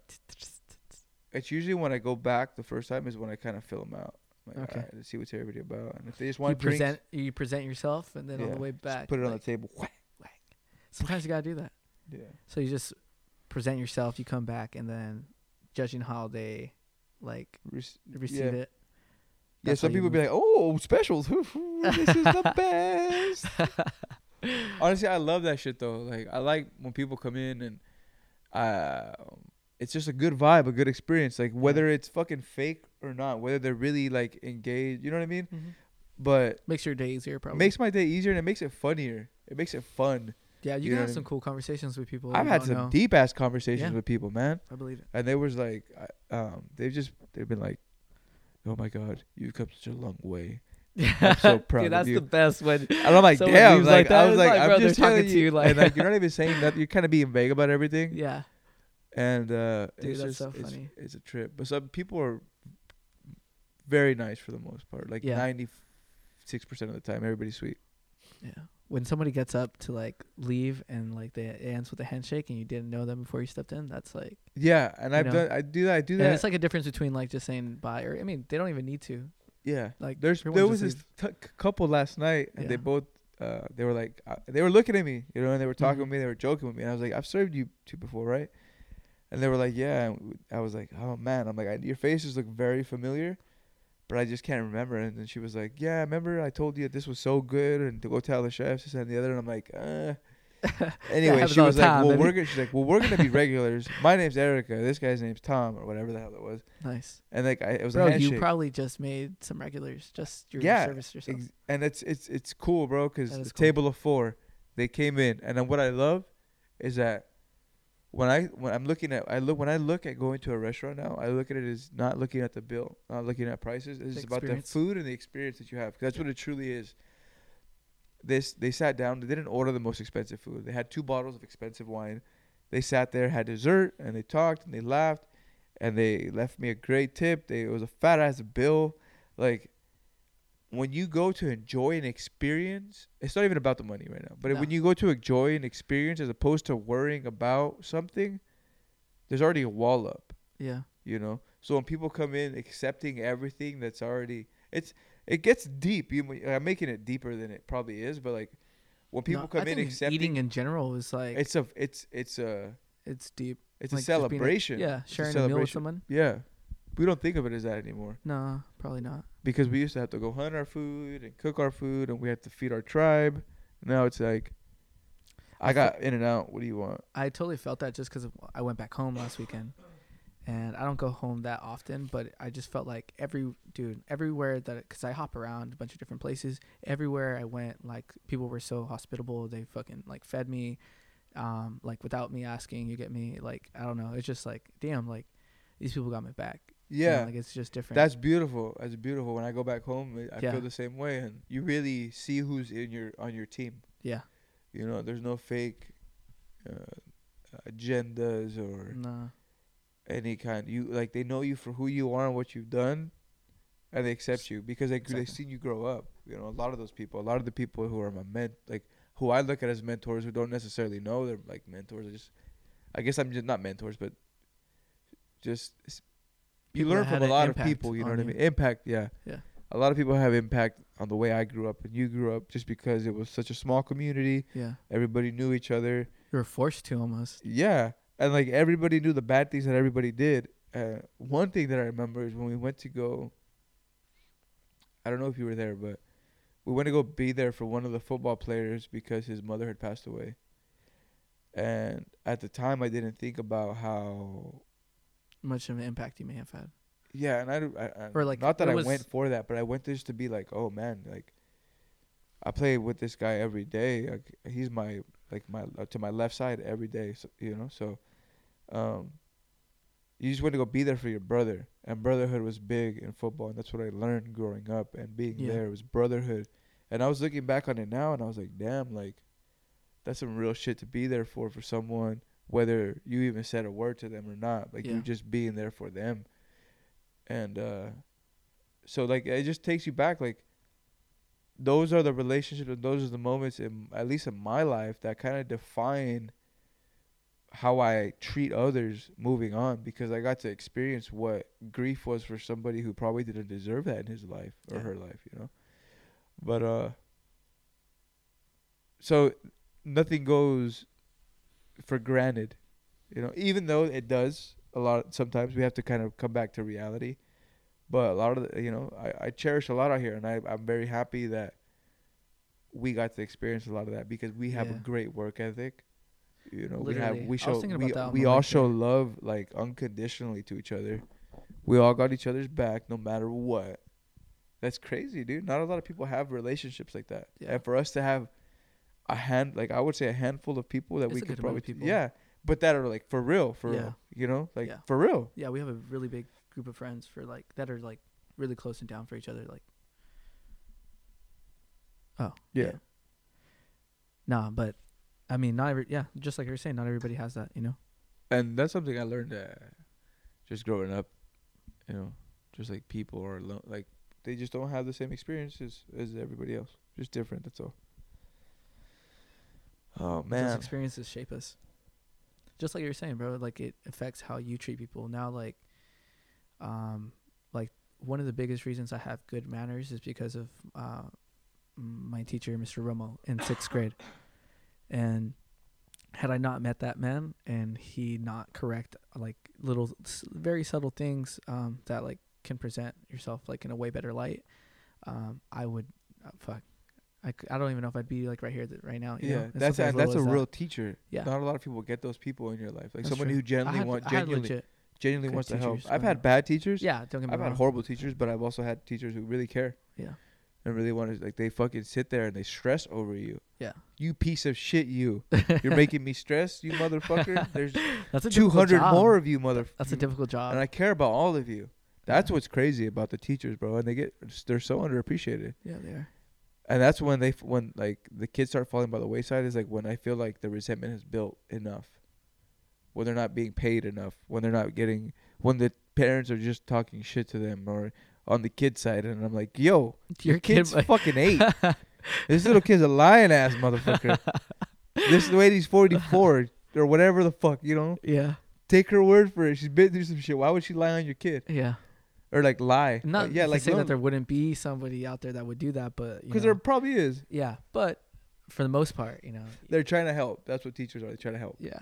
Speaker 1: it's usually when I go back the first time is when I kind of fill them out. Like,
Speaker 2: Okay.
Speaker 1: okay. let's see what's everybody about, and if they just
Speaker 2: You
Speaker 1: want to
Speaker 2: present, you present yourself, and then on
Speaker 1: Yeah,
Speaker 2: the way back,
Speaker 1: put it on
Speaker 2: like,
Speaker 1: the table. Whack.
Speaker 2: sometimes you gotta do that.
Speaker 1: Yeah.
Speaker 2: So you just present yourself, you come back, and then judging how they like
Speaker 1: Res-
Speaker 2: receive
Speaker 1: Yeah.
Speaker 2: it.
Speaker 1: Yeah,
Speaker 2: That's
Speaker 1: some
Speaker 2: how you
Speaker 1: people be like, "Oh, specials! Hoo, hoo, this is the best." Honestly, I love that shit though. Like, I like when people come in and, uh, it's just a good vibe, a good experience. Like, whether it's fucking fake or not, whether they're really like engaged, you know what I mean?
Speaker 2: Mhm.
Speaker 1: But
Speaker 2: Makes your day easier,
Speaker 1: it
Speaker 2: probably.
Speaker 1: makes my day easier and it makes it funnier. It makes it fun.
Speaker 2: yeah, you,
Speaker 1: you know
Speaker 2: can
Speaker 1: what
Speaker 2: have
Speaker 1: I
Speaker 2: some
Speaker 1: mean?
Speaker 2: cool conversations with people.
Speaker 1: I've
Speaker 2: you
Speaker 1: had
Speaker 2: don't
Speaker 1: some
Speaker 2: know.
Speaker 1: deep ass conversations
Speaker 2: Yeah.
Speaker 1: with people, man.
Speaker 2: I believe it.
Speaker 1: And they was like, I- um, they've just they've been like, "Oh my god, you've come such a long way." I'm so proud of
Speaker 2: Dude, that's
Speaker 1: you.
Speaker 2: the best when
Speaker 1: And I'm like,
Speaker 2: Someone
Speaker 1: damn,
Speaker 2: leaves
Speaker 1: like,
Speaker 2: like
Speaker 1: I
Speaker 2: that,
Speaker 1: was
Speaker 2: it's
Speaker 1: like,
Speaker 2: like,
Speaker 1: I'm
Speaker 2: bro,
Speaker 1: just
Speaker 2: they're talking
Speaker 1: telling
Speaker 2: to
Speaker 1: you,
Speaker 2: you, like-
Speaker 1: and like you're not even saying nothing. You're kind of being vague about everything,
Speaker 2: yeah.
Speaker 1: and uh,
Speaker 2: Dude,
Speaker 1: it's
Speaker 2: that's
Speaker 1: just-
Speaker 2: so
Speaker 1: it's-
Speaker 2: funny.
Speaker 1: It's, a trip, but some people are very nice for the most part. Like
Speaker 2: Yeah.
Speaker 1: ninety six percent of the time, everybody's sweet.
Speaker 2: Yeah. When somebody gets up to like leave and like they it ends with a handshake and you didn't know them before you stepped in, that's like
Speaker 1: Yeah, and
Speaker 2: You
Speaker 1: I've
Speaker 2: know?
Speaker 1: done, I do that, I do
Speaker 2: and it's
Speaker 1: that.
Speaker 2: like a difference between like just saying bye or I mean they don't even need to.
Speaker 1: yeah,
Speaker 2: Like
Speaker 1: there's
Speaker 2: everyone
Speaker 1: there was
Speaker 2: just
Speaker 1: this t- couple last night, and they
Speaker 2: Yeah.
Speaker 1: both. Uh, they were like, uh, they were looking at me, you know, and they were talking with
Speaker 2: Mhm.
Speaker 1: me, they were joking with me, and I was like, I've served you two before, right? And they were like, yeah. And I was like, oh man, I'm like, I, your faces look very familiar, but I just can't remember. And then she was like, yeah, I remember I told you that this was so good, and to go tell the chefs this and the other. And I'm like, uh. Anyway,
Speaker 2: happens
Speaker 1: she
Speaker 2: all the
Speaker 1: was like,
Speaker 2: time,
Speaker 1: well,
Speaker 2: baby.
Speaker 1: we're gonna, she's like, well, we're gonna be regulars. My name's Erica. This guy's name's Tom, or whatever the hell it was.
Speaker 2: nice.
Speaker 1: And like, I, it was a
Speaker 2: Bro,
Speaker 1: handshake.
Speaker 2: you probably just made some regulars, just your
Speaker 1: Yeah,
Speaker 2: service or something.
Speaker 1: Ex- and it's it's it's cool, bro, because
Speaker 2: That
Speaker 1: the
Speaker 2: is cool.
Speaker 1: table of four, they came in, and then what I love is that when I when I'm looking at I look when I look at going to a restaurant now, I look at it as not looking at the bill, not looking at prices. It's
Speaker 2: The
Speaker 1: just about the
Speaker 2: experience.
Speaker 1: food and the experience that you have. 'cause that's what it truly is. This they sat down. They didn't order the most expensive food. They had two bottles of expensive wine. They sat there, had dessert, and they talked and they laughed, and they left me a great tip. They it was a fat ass bill, like when you go to enjoy an experience, it's not even about the money right now. But
Speaker 2: No.
Speaker 1: when you go to enjoy an experience as opposed to worrying about something, there's already a wall up,
Speaker 2: Yeah.
Speaker 1: you know. So when people come in accepting everything that's already, it's it gets deep. You, I'm making it deeper than it probably is, but like when people
Speaker 2: No,
Speaker 1: come
Speaker 2: I
Speaker 1: in
Speaker 2: think
Speaker 1: accepting,
Speaker 2: eating in general is like it's,
Speaker 1: it's a it's it's a
Speaker 2: deep.
Speaker 1: it's
Speaker 2: Like,
Speaker 1: a
Speaker 2: just being like-
Speaker 1: celebration.
Speaker 2: yeah,
Speaker 1: It's
Speaker 2: sharing a meal with
Speaker 1: celebration.
Speaker 2: someone.
Speaker 1: Yeah, we don't think of it as that anymore.
Speaker 2: No, probably not.
Speaker 1: because we used to have to go hunt our food and cook our food and we had to feed our tribe. Now it's like, I
Speaker 2: I fe-
Speaker 1: got in and out. What do you want?
Speaker 2: I totally felt that just because I went back home last weekend, and I don't go home that often. But I just felt like every dude, everywhere that because I hop around a bunch of different places. Everywhere I went, like people were so hospitable. They fucking like fed me, um, like without me asking. You get me? Like I don't know. It's just like damn, like these people got my back. you know,
Speaker 1: Yeah,
Speaker 2: like it's just different.
Speaker 1: that's beautiful. That's beautiful. When I go back home, I I
Speaker 2: Yeah.
Speaker 1: feel the same way, and you really see who's in your on your team.
Speaker 2: yeah.
Speaker 1: You know, there's no fake uh, agendas or
Speaker 2: No.
Speaker 1: any kind. You like they know you for who you are and what you've done, and they accept
Speaker 2: S-
Speaker 1: you because they they've
Speaker 2: exactly.
Speaker 1: seen you grow up. You know, a lot of those people, a lot of the people who are my men, like who I look at as mentors, who don't necessarily know they're like mentors. I just, I guess I'm just not mentors, but just s- you
Speaker 2: People
Speaker 1: learn
Speaker 2: that
Speaker 1: from
Speaker 2: had
Speaker 1: a
Speaker 2: an
Speaker 1: lot of
Speaker 2: impact
Speaker 1: people. You know
Speaker 2: on
Speaker 1: what I
Speaker 2: you.
Speaker 1: mean? Impact, yeah,
Speaker 2: Yeah.
Speaker 1: A lot of people have impact on the way I grew up and you grew up, just because it was such a small community.
Speaker 2: Yeah.
Speaker 1: Everybody knew each other.
Speaker 2: You were forced to almost.
Speaker 1: Yeah, and like everybody knew the bad things that everybody did. Uh, one thing that I remember is when we went to go. I don't know if you were there, but we went to go be there for one of the football players because his mother had passed away. And at the time, I didn't think about how.
Speaker 2: Much of an impact you may have had.
Speaker 1: Yeah, and I, don't- I, I
Speaker 2: Or, like,
Speaker 1: not that
Speaker 2: it
Speaker 1: I
Speaker 2: was-
Speaker 1: went for that, but I went just to be like, oh man, like I play with this guy every day. Like he's my like my uh, to my left side every day. So, you know, so um, you just want to go be there for your brother, and brotherhood was big in football, and that's what I learned growing up. And being
Speaker 2: Yeah.
Speaker 1: there was brotherhood, and I was looking back on it now, and I was like, damn, like that's some real shit to be there for for someone, whether you even said a word to them or not. Like you
Speaker 2: Yeah.
Speaker 1: just being there for them, and uh, so like it just takes you back, like those are the relationships and those are the moments in at least in my life that kind of define how I treat others moving on because I got to experience what grief was for somebody who probably didn't deserve that in his life or
Speaker 2: Yeah.
Speaker 1: her life, you know. But uh so nothing goes for granted. You know, even though it does a lot sometimes we have to kind of come back to reality. But a lot of the, you know, I, I cherish a lot out here and I I'm very happy that we got to experience a lot of that because we have a
Speaker 2: Yeah.
Speaker 1: great work ethic you know we
Speaker 2: Literally.
Speaker 1: have we
Speaker 2: I was
Speaker 1: show
Speaker 2: thinking
Speaker 1: we,
Speaker 2: about that on
Speaker 1: we
Speaker 2: the
Speaker 1: all
Speaker 2: way
Speaker 1: show
Speaker 2: there.
Speaker 1: love like unconditionally to each other we all got each other's back no matter what that's crazy dude not a lot of people have relationships like that
Speaker 2: Yeah.
Speaker 1: and for us to have a hand like i would say a handful of people that
Speaker 2: It's
Speaker 1: we
Speaker 2: a
Speaker 1: could
Speaker 2: good amount
Speaker 1: probably
Speaker 2: of people.
Speaker 1: yeah but that are like for real for
Speaker 2: Yeah.
Speaker 1: real you know like
Speaker 2: Yeah.
Speaker 1: for real
Speaker 2: Yeah, we have a really big group of friends for like that are like really close and down for each other. Like Oh.
Speaker 3: Yeah.
Speaker 2: Nah, but I mean, not every. Yeah, just like you were saying, not everybody has that. You know.
Speaker 1: And that's something I learned uh, just growing up, you know, just like people are lo- like they just don't have the same experiences as everybody else. Just different, that's all. Oh
Speaker 2: Those
Speaker 1: man.
Speaker 2: experiences shape us. Just like you were saying, bro, like it affects how you treat people. Now like um like one of the biggest reasons I have good manners is because of uh my teacher, Mr. Rummel, in sixth grade. And had I not met that man and he not correct like little s- very subtle things um that like can present yourself like in a way better light, um I would uh, fuck I, c- I don't even know if I'd be like right here th- right now. you know?
Speaker 1: yeah,
Speaker 2: It's
Speaker 1: that's
Speaker 2: something
Speaker 1: a,
Speaker 2: as
Speaker 1: that's a
Speaker 2: little as uh, that.
Speaker 1: real teacher.
Speaker 2: Yeah.
Speaker 1: Not a lot of people get those people in your life. Like
Speaker 2: That's
Speaker 1: someone
Speaker 2: true.
Speaker 1: who genuinely
Speaker 2: had-
Speaker 1: wants
Speaker 2: had
Speaker 1: genuinely
Speaker 2: legit
Speaker 1: genuinely
Speaker 2: good
Speaker 1: wants to help.
Speaker 2: teachers
Speaker 1: I've
Speaker 2: growing
Speaker 1: had
Speaker 2: up.
Speaker 1: bad teachers.
Speaker 2: Yeah, don't get me
Speaker 1: I've
Speaker 2: wrong.
Speaker 1: had horrible teachers, but I've also had teachers who really care.
Speaker 2: Yeah.
Speaker 1: And really want to like they fucking sit there and they stress over you.
Speaker 2: Yeah.
Speaker 1: You piece of shit, you. You're making me stress, you motherfucker. There's
Speaker 2: That's a
Speaker 1: two
Speaker 2: difficult
Speaker 1: hundred
Speaker 2: job.
Speaker 1: more of you, motherfucker.
Speaker 2: That's a difficult job.
Speaker 1: And I care about all of you. That's what's crazy about the teachers, bro. And they get they're so underappreciated.
Speaker 2: yeah, they are.
Speaker 1: And that's when they f- when like the kids start falling by the wayside is like when I feel like the resentment has built enough. When they're not being paid enough, when they're not getting when the parents are just talking shit to them or on the kid side and I'm like, "Yo, your, kid's fucking eight. this little kid's a lion ass motherfucker. this lady's 44 or whatever the fuck, you know?
Speaker 2: yeah,
Speaker 1: Take her word for it. She's been through some shit. Why would she lie on your kid?
Speaker 2: yeah.
Speaker 1: Or like lie?
Speaker 2: Not
Speaker 1: Like, yeah, like
Speaker 2: saying that
Speaker 1: because
Speaker 2: there wouldn't be somebody out there that would do that, but you know,
Speaker 1: there probably is.
Speaker 2: yeah, but for the most part, you know,
Speaker 1: They're trying to help. That's what teachers are. They try to help.
Speaker 2: yeah,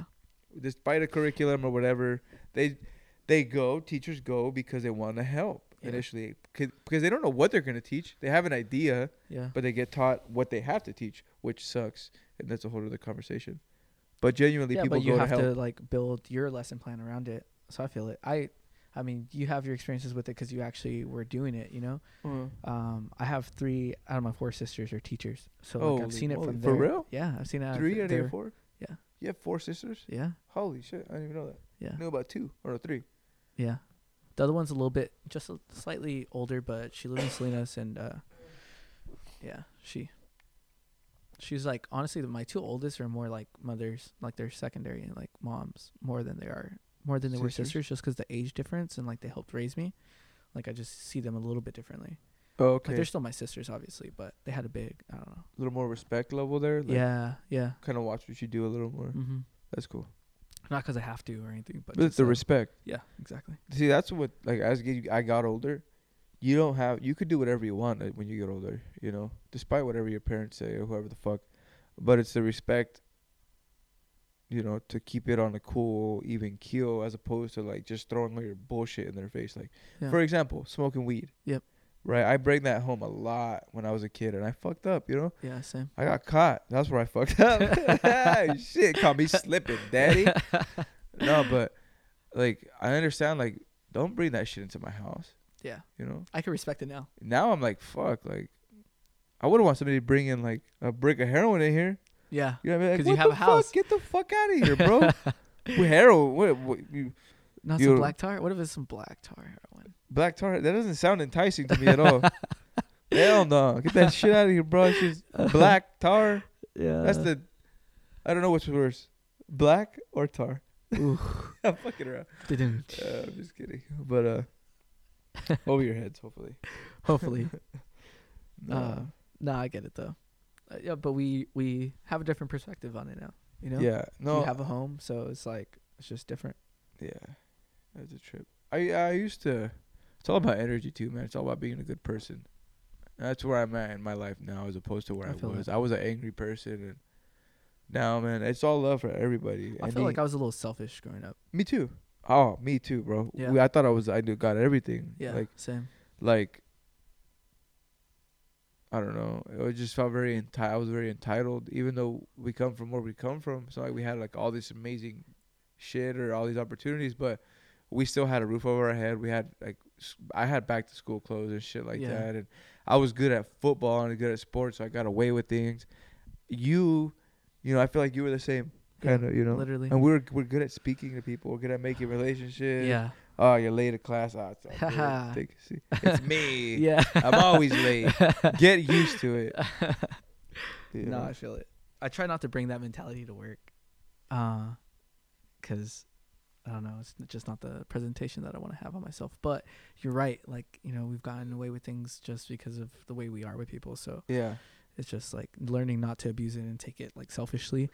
Speaker 1: Despite a curriculum or whatever, they they go. Teachers go because they want to help
Speaker 2: Yeah.
Speaker 1: initially 'Cause- because they don't know what they're going to teach. They have an idea,
Speaker 2: yeah.
Speaker 1: but they get taught what they have to teach, which sucks, and that's a whole other conversation. But genuinely,
Speaker 2: yeah,
Speaker 1: people
Speaker 2: but you
Speaker 1: go
Speaker 2: have
Speaker 1: to help.
Speaker 2: to like build your lesson plan around it. So I feel it. I, I mean, you have your experiences with it because you actually were doing it. You know,
Speaker 1: Mm.
Speaker 2: um, I have three out of my four sisters are teachers, so like,
Speaker 1: Holy
Speaker 2: I've seen it
Speaker 1: moly.
Speaker 2: from
Speaker 1: For
Speaker 2: their-
Speaker 1: real?
Speaker 2: Yeah, I've seen it. out of
Speaker 1: Three
Speaker 2: uh, th-
Speaker 1: out of your
Speaker 2: their-
Speaker 1: four?
Speaker 2: yeah.
Speaker 1: You have four sisters?
Speaker 2: Yeah,
Speaker 1: Holy shit. I didn't even know that.
Speaker 2: yeah.
Speaker 1: I knew about two or three.
Speaker 2: Yeah. The other one's a little bit, just a, slightly older, but she lives in Salinas, and uh, yeah, she. She's like honestly, my two oldest are more like mothers, like they're secondary and like moms more than they are more than they were
Speaker 1: Sisters?
Speaker 2: sisters, just because the age difference and like they helped raise me. Like I just see them a little bit differently.
Speaker 1: Oh,
Speaker 2: Like
Speaker 1: okay.
Speaker 2: they're
Speaker 1: There's
Speaker 2: still my sisters, obviously, but they had a big, I don't know.
Speaker 1: a little more respect level there. Like,
Speaker 2: yeah, yeah.
Speaker 1: Kind of watch what you do a little more.
Speaker 2: Mm-hmm.
Speaker 1: That's cool.
Speaker 2: Not because I have to or anything, but,
Speaker 1: But it's
Speaker 2: just
Speaker 1: the
Speaker 2: like-
Speaker 1: respect.
Speaker 2: Yeah, exactly.
Speaker 1: See, that's what like as you- I got older, you don't have you could do whatever you want like, when you get older. You know, despite whatever your parents say or whoever the fuck, but it's the respect. You know, to keep it on a cool, even keel, as opposed to like just throwing all your bullshit in their face. Like,
Speaker 2: Yeah.
Speaker 1: for example, smoking weed.
Speaker 2: Yep.
Speaker 1: Right, I bring that home a lot when I was a kid, and I fucked up. You know,
Speaker 2: Yeah, same.
Speaker 1: I got caught. That's where I fucked up. Shit, caught me slipping, daddy. no, but like I understand. Like, don't bring that shit into my house.
Speaker 2: Yeah,
Speaker 1: You know.
Speaker 2: I can respect it now.
Speaker 1: Now I'm like, fuck. Like, I would not want somebody to bring in like a brick of heroin in here.
Speaker 2: Yeah,
Speaker 1: You know what I mean?
Speaker 2: 'Cause
Speaker 1: Because
Speaker 2: you have a house."
Speaker 1: Get the fuck out of here, bro. With heroin, what, what you
Speaker 2: Not
Speaker 1: You're-
Speaker 2: some black tar. What if it's some black tar heroin?
Speaker 1: black tar? That doesn't sound enticing to me at all. Hell no, get that shit out of here, bro. It's just black tar.
Speaker 2: Yeah,
Speaker 1: That's the. I don't know what's worse, black or tar.
Speaker 2: Ooh.
Speaker 1: I'm fucking around. Uh, I'm just kidding. But uh, over your heads, hopefully.
Speaker 2: Hopefully,
Speaker 1: No.
Speaker 2: Uh, no, I get it though. Uh, yeah, but we we have a different perspective on it now. You know,
Speaker 1: Yeah. No.
Speaker 2: you have a home, so it's like it's just different.
Speaker 1: yeah. That's a trip. I I used to. It's all about energy too, man. It's all about being a good person. That's where I'm at in my life now, as opposed to where
Speaker 2: I
Speaker 1: I,
Speaker 2: feel
Speaker 1: was.
Speaker 2: that.
Speaker 1: I was an angry person, and now, man, it's all love for everybody.
Speaker 2: I
Speaker 1: And
Speaker 2: feel
Speaker 1: you-
Speaker 2: like I was a little selfish growing up.
Speaker 1: me too. Oh, me too, bro.
Speaker 2: Yeah.
Speaker 1: We- I thought I was. I knew got everything.
Speaker 2: Yeah,
Speaker 1: Like
Speaker 2: same.
Speaker 1: like I don't know. It was just felt very enti- I was very entitled, even though we come from where we come from. So like we had like all this amazing shit or all these opportunities, but we still had a roof over our head. We had like s- I had back to school clothes and shit like
Speaker 2: Yeah.
Speaker 1: that, and I was good at football and good at sports, so I got away with things. You, you know, I feel like you were the same
Speaker 2: Yeah,
Speaker 1: kind of, you know.
Speaker 2: literally.
Speaker 1: And we were we're good at speaking to people. We're good at making relationships.
Speaker 2: yeah,
Speaker 1: Oh, you're late to class. Oh, it's, all good. Take a seat. it's me.
Speaker 2: yeah.
Speaker 1: I'm always late. Get used to it. Yeah.
Speaker 2: No, I feel it. I try not to bring that mentality to work, uh, cause I don't know. It's n- just not the presentation that I want to have on myself. But you're right. Like you know, we've gotten away with things just because of the way we are with people. So
Speaker 1: yeah.
Speaker 2: it's just like learning not to abuse it and take it like selfishly.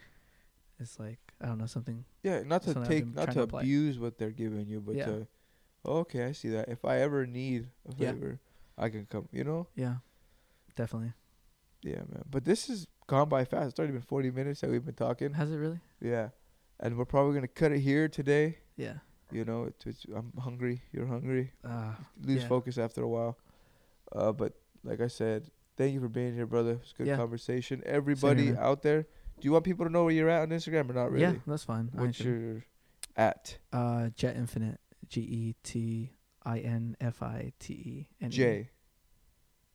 Speaker 2: It's like I don't know something.
Speaker 1: Yeah, not to
Speaker 2: That's what I've
Speaker 1: take,
Speaker 2: been
Speaker 1: not
Speaker 2: trying
Speaker 1: to
Speaker 2: to apply.
Speaker 1: abuse what they're giving you, but
Speaker 2: Yeah.
Speaker 1: to, oh, okay, I see that. If I ever need a
Speaker 2: Yeah.
Speaker 1: favor, I can come. You know,
Speaker 2: Yeah, definitely.
Speaker 1: yeah, man. But this has gone by fast. It's already been forty minutes that we've been talking.
Speaker 2: Has it really?
Speaker 1: Yeah, and we're probably gonna cut it here today.
Speaker 2: Yeah.
Speaker 1: You know, it's, it's, I'm hungry. You're hungry.
Speaker 2: Uh,
Speaker 1: Lose
Speaker 2: Yeah.
Speaker 1: focus after a while. Uh, but like I said, thank you for being here, brother. It's good
Speaker 2: Yeah.
Speaker 1: conversation. Everybody
Speaker 2: man.
Speaker 1: out there, do you want people to know where you're at on Instagram or not really?
Speaker 2: Yeah, that's fine. I ain't
Speaker 1: What's
Speaker 2: tripping.
Speaker 1: your at?
Speaker 2: Uh, Jet Infinite. G E T I N F I T E N E.
Speaker 1: J.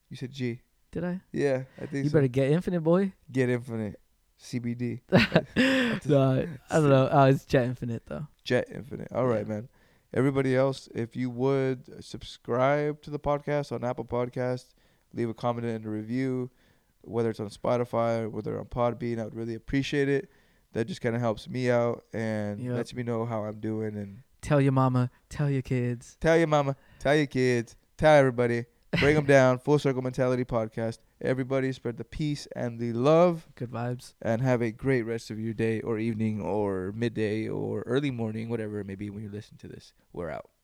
Speaker 1: You said G.
Speaker 2: Did I?
Speaker 1: Yeah, I think
Speaker 2: You
Speaker 1: so.
Speaker 2: better get infinite, boy.
Speaker 1: get infinite. CBD.
Speaker 2: no, I don't know. Oh, it's Jet Infinite though.
Speaker 1: Jet Infinite. All right, man. Everybody else, if you would uh, subscribe to the podcast on Apple Podcasts, leave a comment and a review, whether it's on Spotify, whether on Podbean, I would really appreciate it. That just kind of helps me out and
Speaker 2: Yep.
Speaker 1: lets me know how I'm doing. And
Speaker 2: Tell your mama. Tell your kids.
Speaker 1: tell your mama, tell your kids, tell everybody, bring them down. Full Circle Mentality Podcast. Everybody spread the peace and the love.
Speaker 2: Good vibes.
Speaker 1: and have a great rest of your day or evening or midday or early morning, whatever it may be when you listen to this. We're out.